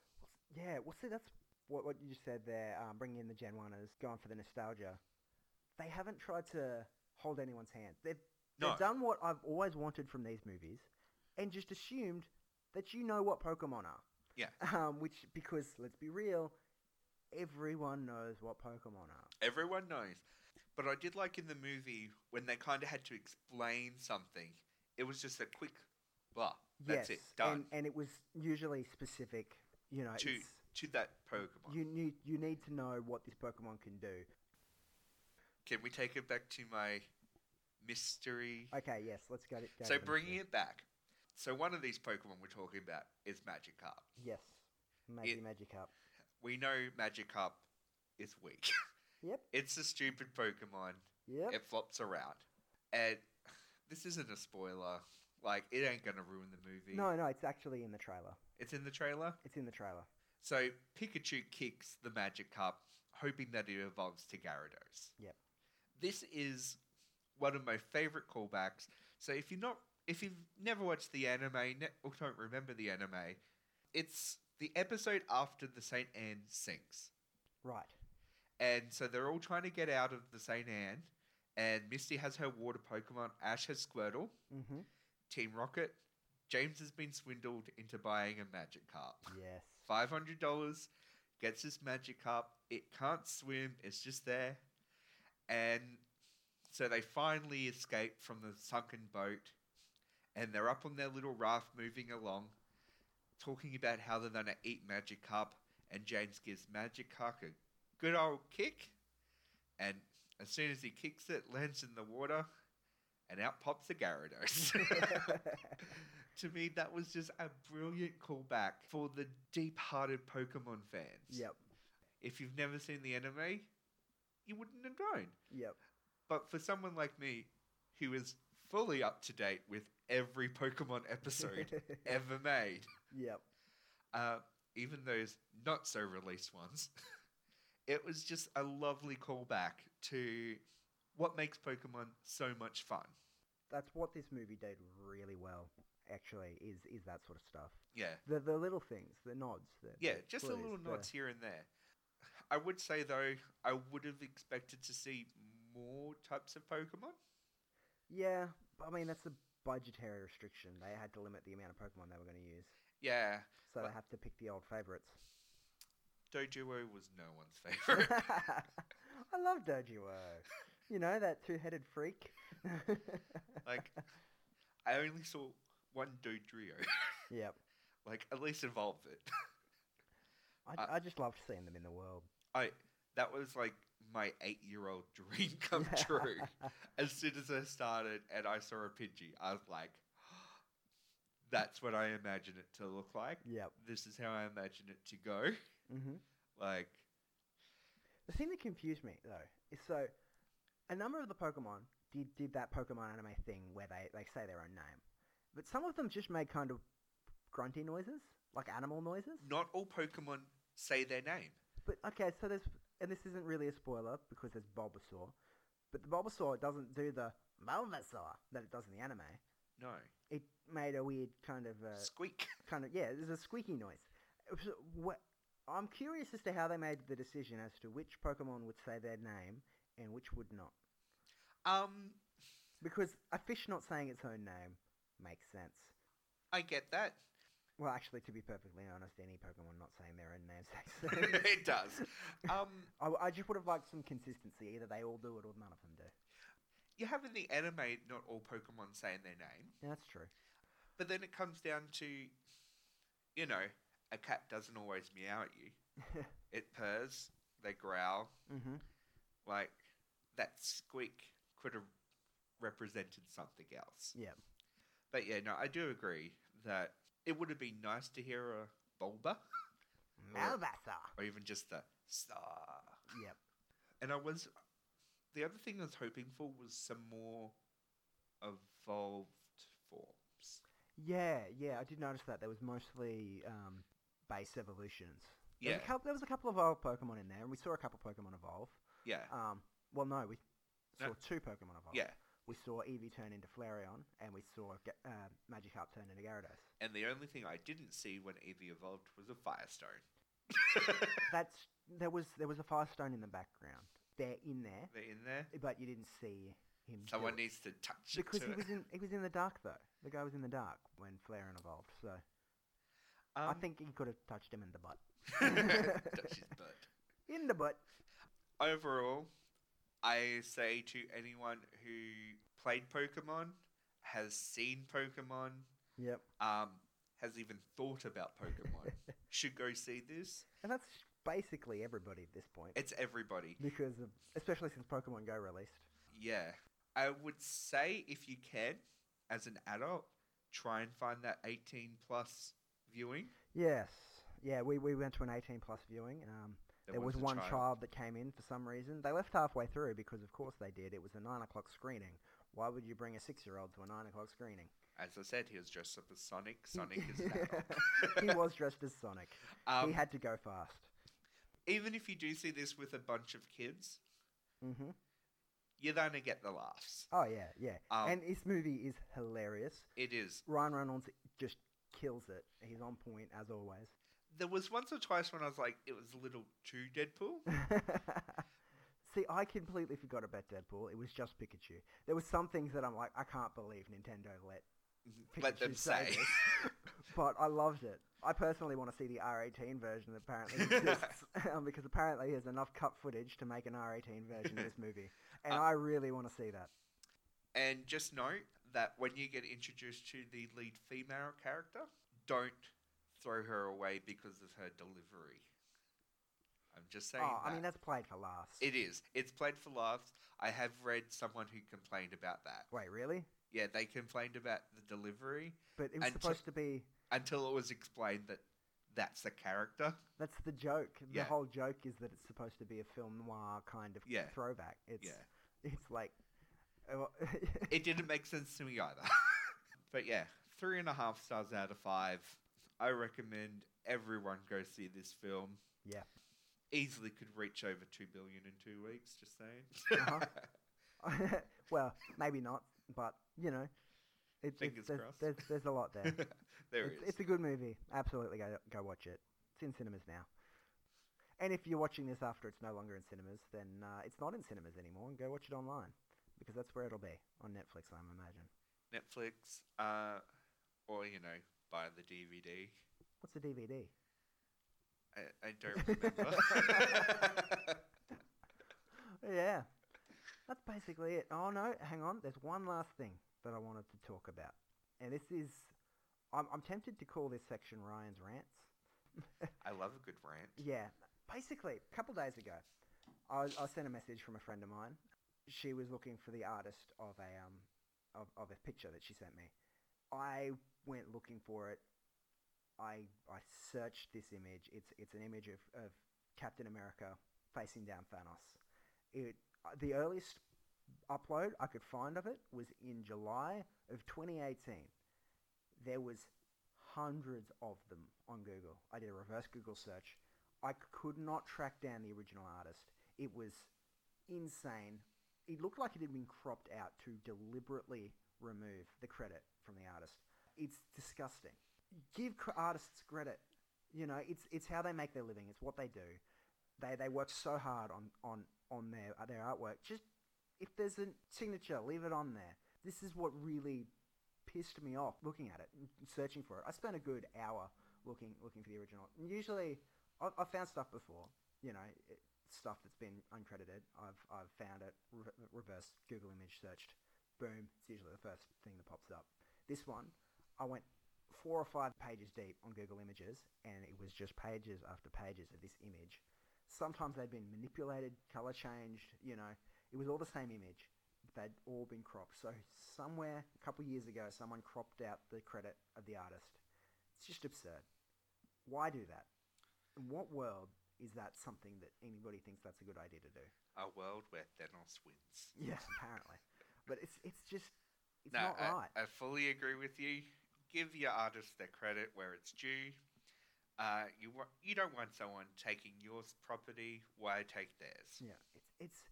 Speaker 1: Yeah. Well, see, that's what what you just said there. Um, bringing in the Gen One is going for the nostalgia. They haven't tried to hold anyone's hand. They've,
Speaker 2: No.
Speaker 1: they've done what I've always wanted from these movies, and just assumed that you know what Pokemon are.
Speaker 2: Yeah.
Speaker 1: [LAUGHS] Um, which because let's be real, everyone knows what Pokemon are.
Speaker 2: Everyone knows. But I did like in the movie when they kind of had to explain something, it was just a quick, blah, that's it, done.
Speaker 1: And, and it was usually specific. You know,
Speaker 2: to,
Speaker 1: it's-
Speaker 2: to that Pokemon.
Speaker 1: you need you need to know what this Pokemon can do.
Speaker 2: Can we take it back to my mystery?
Speaker 1: Okay, yes, let's get it. Go
Speaker 2: so
Speaker 1: to the
Speaker 2: bringing
Speaker 1: mystery.
Speaker 2: it back. So one of these Pokemon we're talking about is Magikarp.
Speaker 1: Yes, maybe
Speaker 2: it-
Speaker 1: Magikarp.
Speaker 2: We know Magikarp is weak. [LAUGHS]
Speaker 1: Yep.
Speaker 2: it's a stupid Pokemon.
Speaker 1: Yep.
Speaker 2: It flops around. And [SIGHS] this isn't a spoiler. Like, it ain't going to ruin the movie.
Speaker 1: No, no, it's actually in the trailer.
Speaker 2: It's in the trailer.
Speaker 1: It's in the trailer.
Speaker 2: So Pikachu kicks the Magikarp, hoping that it evolves to Gyarados.
Speaker 1: Yep.
Speaker 2: This is one of my favorite callbacks. So if you're not, if you've never watched the anime ne- or don't remember the anime, it's the episode after the Saint Anne sinks,
Speaker 1: Right.
Speaker 2: and so they're all trying to get out of the Saint Anne, And Misty has her water Pokemon. Ash has Squirtle.
Speaker 1: Mm-hmm.
Speaker 2: Team Rocket. James has been swindled into buying a magic carp.
Speaker 1: Yes.
Speaker 2: Five hundred dollars gets this magic carp. It can't swim. It's just there, and so they finally escape from the sunken boat, and they're up on their little raft moving along, talking about how they're gonna eat magic carp. And James gives magic carp a good old kick, and as soon as he kicks it, lands in the water, and out pops a Gyarados. [LAUGHS] to me, that was just a brilliant callback for the deep hearted Pokemon fans.
Speaker 1: [LAUGHS] yep.
Speaker 2: If you've never seen the anime, you wouldn't have known.
Speaker 1: Yep.
Speaker 2: But for someone like me, who is fully up to date with every Pokemon
Speaker 1: [LAUGHS]
Speaker 2: episode ever made,
Speaker 1: yep.
Speaker 2: uh, even those not so released ones, [LAUGHS] it was just a lovely callback to what makes Pokemon so much fun.
Speaker 1: That's what this movie did really well. Actually, is is that sort of stuff.
Speaker 2: Yeah.
Speaker 1: The the little things, the nods. The,
Speaker 2: Yeah,
Speaker 1: the
Speaker 2: just a
Speaker 1: clues,
Speaker 2: little
Speaker 1: the-
Speaker 2: nods here and there. I would say though, I would have expected to see more types of Pokemon.
Speaker 1: Yeah, but, I mean that's a budgetary restriction. They had to limit the amount of Pokemon they were going to use,
Speaker 2: Yeah,
Speaker 1: so
Speaker 2: But-
Speaker 1: they have to pick the old favorites.
Speaker 2: Doduo was no one's favorite.
Speaker 1: [LAUGHS] I love Dojuo. You know that two-headed freak. [LAUGHS]
Speaker 2: like, I only saw one Dodrio. [LAUGHS]
Speaker 1: yep.
Speaker 2: like, at least involve it.
Speaker 1: I, I just loved seeing them in the world.
Speaker 2: I that was like my eight-year-old dream come
Speaker 1: [LAUGHS]
Speaker 2: true. as soon as I started and I saw a Pidgey, I was like, [GASPS] "That's what I imagine it to look like.
Speaker 1: yep.
Speaker 2: This is how I imagine it to go."
Speaker 1: hmm
Speaker 2: Like,
Speaker 1: The thing that confused me though is so a number of the Pokemon did, did that Pokemon anime thing where they, they say their own name. But some of them just made kind of grunty noises, like animal noises.
Speaker 2: not all Pokemon say their name.
Speaker 1: But okay, so there's and this isn't really a spoiler because there's Bulbasaur. But the Bulbasaur doesn't do the Bulbasaur that it does in the anime.
Speaker 2: No.
Speaker 1: It made a weird kind of
Speaker 2: [LAUGHS]
Speaker 1: uh,
Speaker 2: Squeak.
Speaker 1: kind of yeah, there's a squeaky noise. It was, what, I'm curious as to how they made the decision as to which Pokemon would say their name and which would not.
Speaker 2: Um,
Speaker 1: Because a fish not saying its own name makes sense.
Speaker 2: I get that. [LAUGHS]
Speaker 1: Well, actually, to be perfectly honest, any Pokemon not saying their own names [LAUGHS] makes
Speaker 2: [LAUGHS]
Speaker 1: sense.
Speaker 2: it does. Um,
Speaker 1: I, w- I just would have liked some consistency. Either they all do it or none of them do.
Speaker 2: you have in the anime not all Pokemon saying their name,
Speaker 1: Yeah, that's true.
Speaker 2: but then it comes down to, you know, a cat doesn't always meow at you. It purrs. They growl.
Speaker 1: hmm
Speaker 2: Like that squeak could have represented something else.
Speaker 1: Yep.
Speaker 2: But yeah, no, I do agree that it would have been nice to hear a Bulba
Speaker 1: Malvasar.
Speaker 2: or even just a star.
Speaker 1: Yep.
Speaker 2: And I was the other thing I was hoping for was some more evolved forms.
Speaker 1: Yeah, yeah. I did notice that there was mostly um, base evolutions. There
Speaker 2: Yeah,
Speaker 1: was, a couple, there was a couple of old Pokemon in there, and we saw a couple of Pokemon evolve.
Speaker 2: yeah,
Speaker 1: Um, well, no, we saw
Speaker 2: No.
Speaker 1: two Pokemon evolve.
Speaker 2: yeah.
Speaker 1: We saw Eevee turn into Flareon, and we saw Ga- uh, Magikarp turn into Gyarados.
Speaker 2: And the only thing I didn't see when Eevee evolved was a Firestone.
Speaker 1: That's there was there was a Firestone in the background. They're in there,
Speaker 2: They're in there.
Speaker 1: but you didn't see him. do
Speaker 2: Someone
Speaker 1: it.
Speaker 2: needs to touch it.
Speaker 1: because
Speaker 2: to
Speaker 1: he
Speaker 2: it.
Speaker 1: was in he was in the dark though. The guy was in the dark when Flareon evolved, so I
Speaker 2: Um,
Speaker 1: think he could have touched him in the butt.
Speaker 2: [LAUGHS] touch his butt.
Speaker 1: In the butt.
Speaker 2: Overall, I say to anyone who played Pokemon, has seen Pokemon,
Speaker 1: Yep.
Speaker 2: um, has even thought about
Speaker 1: [LAUGHS]
Speaker 2: Pokemon, should go see this.
Speaker 1: And that's basically everybody at this point,
Speaker 2: It's everybody.
Speaker 1: because of, especially since Pokemon Go released.
Speaker 2: Yeah. I would say if you can, as an adult, try and find that 18 plus viewing.
Speaker 1: Yes. Yeah, we, we went to an 18 plus viewing. Um, there, was,
Speaker 2: a
Speaker 1: one child. that came in for some reason. They left halfway through because, of course, they did. It was a 9 o'clock screening. Why would you bring a six year old to a 9 o'clock screening?
Speaker 2: As I said, he was dressed up
Speaker 1: [LAUGHS]
Speaker 2: as Sonic. [LAUGHS] Sonic is an adult.
Speaker 1: he was dressed as Sonic. he
Speaker 2: um,
Speaker 1: had to go fast.
Speaker 2: even if you do see this with a bunch of kids,
Speaker 1: hmm
Speaker 2: you're going to get the laughs.
Speaker 1: Oh, yeah, yeah.
Speaker 2: Um,
Speaker 1: and this movie is hilarious.
Speaker 2: It is.
Speaker 1: Ryan Reynolds just kills it. He's on point, as always.
Speaker 2: There was once or twice when I was like, it was a little too Deadpool.
Speaker 1: [LAUGHS] See, I completely forgot about Deadpool. It was just Pikachu. There were some things that I'm like, I can't believe Nintendo let
Speaker 2: Let them
Speaker 1: Pikachu say
Speaker 2: say. [LAUGHS]
Speaker 1: this. but I loved it. I personally want to see the R18 version that
Speaker 2: [LAUGHS]
Speaker 1: apparently exists [LAUGHS] um, because apparently there's enough cut footage to make an R18 version
Speaker 2: [LAUGHS]
Speaker 1: of this movie, and
Speaker 2: Uh,
Speaker 1: I really want to see that.
Speaker 2: and just note that when you get introduced to the lead female character, don't throw her away because of her delivery. I'm just saying.
Speaker 1: Oh,
Speaker 2: that.
Speaker 1: I mean that's played for laughs.
Speaker 2: It is. It's played for laughs. I have read someone who complained about that.
Speaker 1: Wait, really?
Speaker 2: Yeah, they complained about the delivery
Speaker 1: But it was
Speaker 2: And so-
Speaker 1: supposed to be.
Speaker 2: until it was explained that that's the character.
Speaker 1: That's the joke. The
Speaker 2: Yeah.
Speaker 1: whole joke is that it's supposed to be a film noir kind of
Speaker 2: Yeah.
Speaker 1: throwback. It's
Speaker 2: Yeah.
Speaker 1: it's like. uh, well,
Speaker 2: It didn't make sense to me either. [LAUGHS] but yeah, three and a half stars out of five. I recommend everyone go see this film.
Speaker 1: Yeah.
Speaker 2: Easily could reach over 2 billion in two weeks, just saying.
Speaker 1: Uh-huh.
Speaker 2: [LAUGHS]
Speaker 1: well, [LAUGHS] maybe not, but you know, it, it,
Speaker 2: Fingers
Speaker 1: there's,
Speaker 2: crossed.
Speaker 1: there's there's a lot there.
Speaker 2: [LAUGHS] there it
Speaker 1: it's,
Speaker 2: is.
Speaker 1: it's a good movie. Absolutely, go go watch it. It's in cinemas now. And if you're watching this after it's no longer in cinemas, then uh, it's not in cinemas anymore, and go watch it online because that's where it'll be on Netflix, I imagine.
Speaker 2: Netflix, uh, or, you know, buy the DVD.
Speaker 1: What's a DVD?
Speaker 2: I, I
Speaker 1: [LAUGHS]
Speaker 2: don't remember.
Speaker 1: Yeah, that's basically it. Oh no, hang on. There's one last thing that I wanted to talk about, and this is, I'm, I'm tempted to call this section Ryan's rants.
Speaker 2: I love a good rant.
Speaker 1: Yeah. Basically, a couple days ago, I, was- I sent a message from a friend of mine. She was looking for the artist of a um of, of a picture that she sent me. I went looking for it. I I searched this image. It's it's an image of, of Captain America facing down Thanos. It uh, the earliest upload I could find of it was in July of 2018. There was hundreds of them on Google. I did a reverse Google search. I c- could not track down the original artist. It was insane. It looked like it had been cropped out to deliberately remove the credit from the artist. It's disgusting. Give cr- artists credit. You know, it's it's how they make their living. It's what they do. They they work so hard on on on their uh, their artwork. Just if there's a signature, leave it on there. This is what really pissed me off looking at it, and searching for it. I spent a good hour looking looking for the original. And usually, I've, I've found stuff before, you know, it, stuff that's been uncredited. I've I've found it, re- reverse Google image searched, boom. It's usually the first thing that pops up. This one, I went four or five pages deep on Google Images, and it was just pages after pages of this image. Sometimes they'd been manipulated, color changed, you know, it was all the same image they'd all been cropped. So somewhere a couple years ago, someone cropped out the credit of the artist. It's just absurd. Why do that? In what world is that something that anybody thinks that's a good idea to do?
Speaker 2: A world where Thanos wins.
Speaker 1: Yeah, apparently. But it's it's just it's
Speaker 2: no,
Speaker 1: not
Speaker 2: I,
Speaker 1: right.
Speaker 2: I fully agree with you. Give your artists their credit where it's due. Uh, you wa- you don't want someone taking your s- property. Why take theirs?
Speaker 1: Yeah, it's it's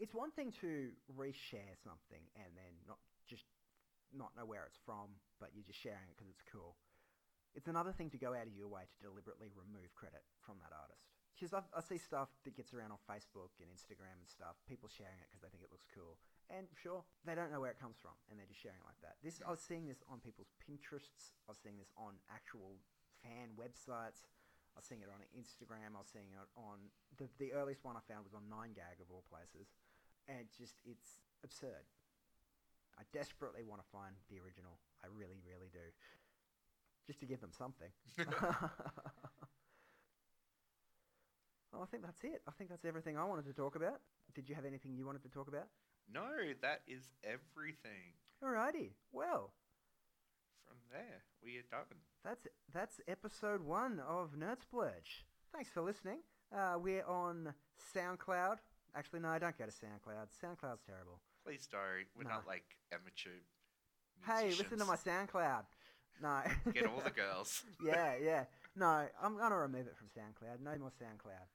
Speaker 1: it's one thing to reshare something and then not just not know where it's from, but you're just sharing it because it's cool. It's another thing to go out of your way to deliberately remove credit from that artist. Because I, I see stuff that gets around on Facebook and Instagram and stuff, people sharing it because they think it looks cool. And sure, they don't know where it comes from, and they're just sharing it like that. This I was seeing this on people's Pinterests. I was seeing this on actual fan websites. I was seeing it on Instagram. I was seeing it on the the earliest one I found was on Nine Gag of all places, and it's just it's absurd. I desperately want to find the original. I really, really do, just to give them something. [LAUGHS] well, I think that's it. I think that's everything I wanted to talk about. Did you have anything you wanted to talk about?
Speaker 2: no, that is everything.
Speaker 1: Alrighty. Well,
Speaker 2: From there, we are done.
Speaker 1: that's that's episode one of Nerd Splurge. Thanks for listening. Uh, we're on SoundCloud. Actually, no, don't go to SoundCloud. SoundCloud's terrible.
Speaker 2: Please don't. We're
Speaker 1: No.
Speaker 2: not like amateur.
Speaker 1: Hey, listen to my
Speaker 2: musicians.
Speaker 1: SoundCloud. No. [LAUGHS]
Speaker 2: [LAUGHS] Get all the girls.
Speaker 1: yeah, yeah. No, I'm gonna remove it from SoundCloud. No more SoundCloud.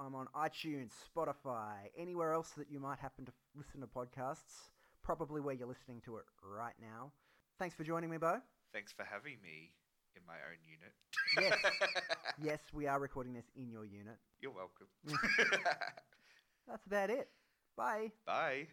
Speaker 1: I'm on iTunes, Spotify, anywhere else that you might happen to f- listen to podcasts. Probably where you're listening to it right now. Thanks for joining me, Bo.
Speaker 2: Thanks for having me in my own unit.
Speaker 1: Yes.
Speaker 2: [LAUGHS]
Speaker 1: Yes, we are recording this in your unit.
Speaker 2: You're welcome.
Speaker 1: That's that's about it. Bye.
Speaker 2: [LAUGHS] Bye.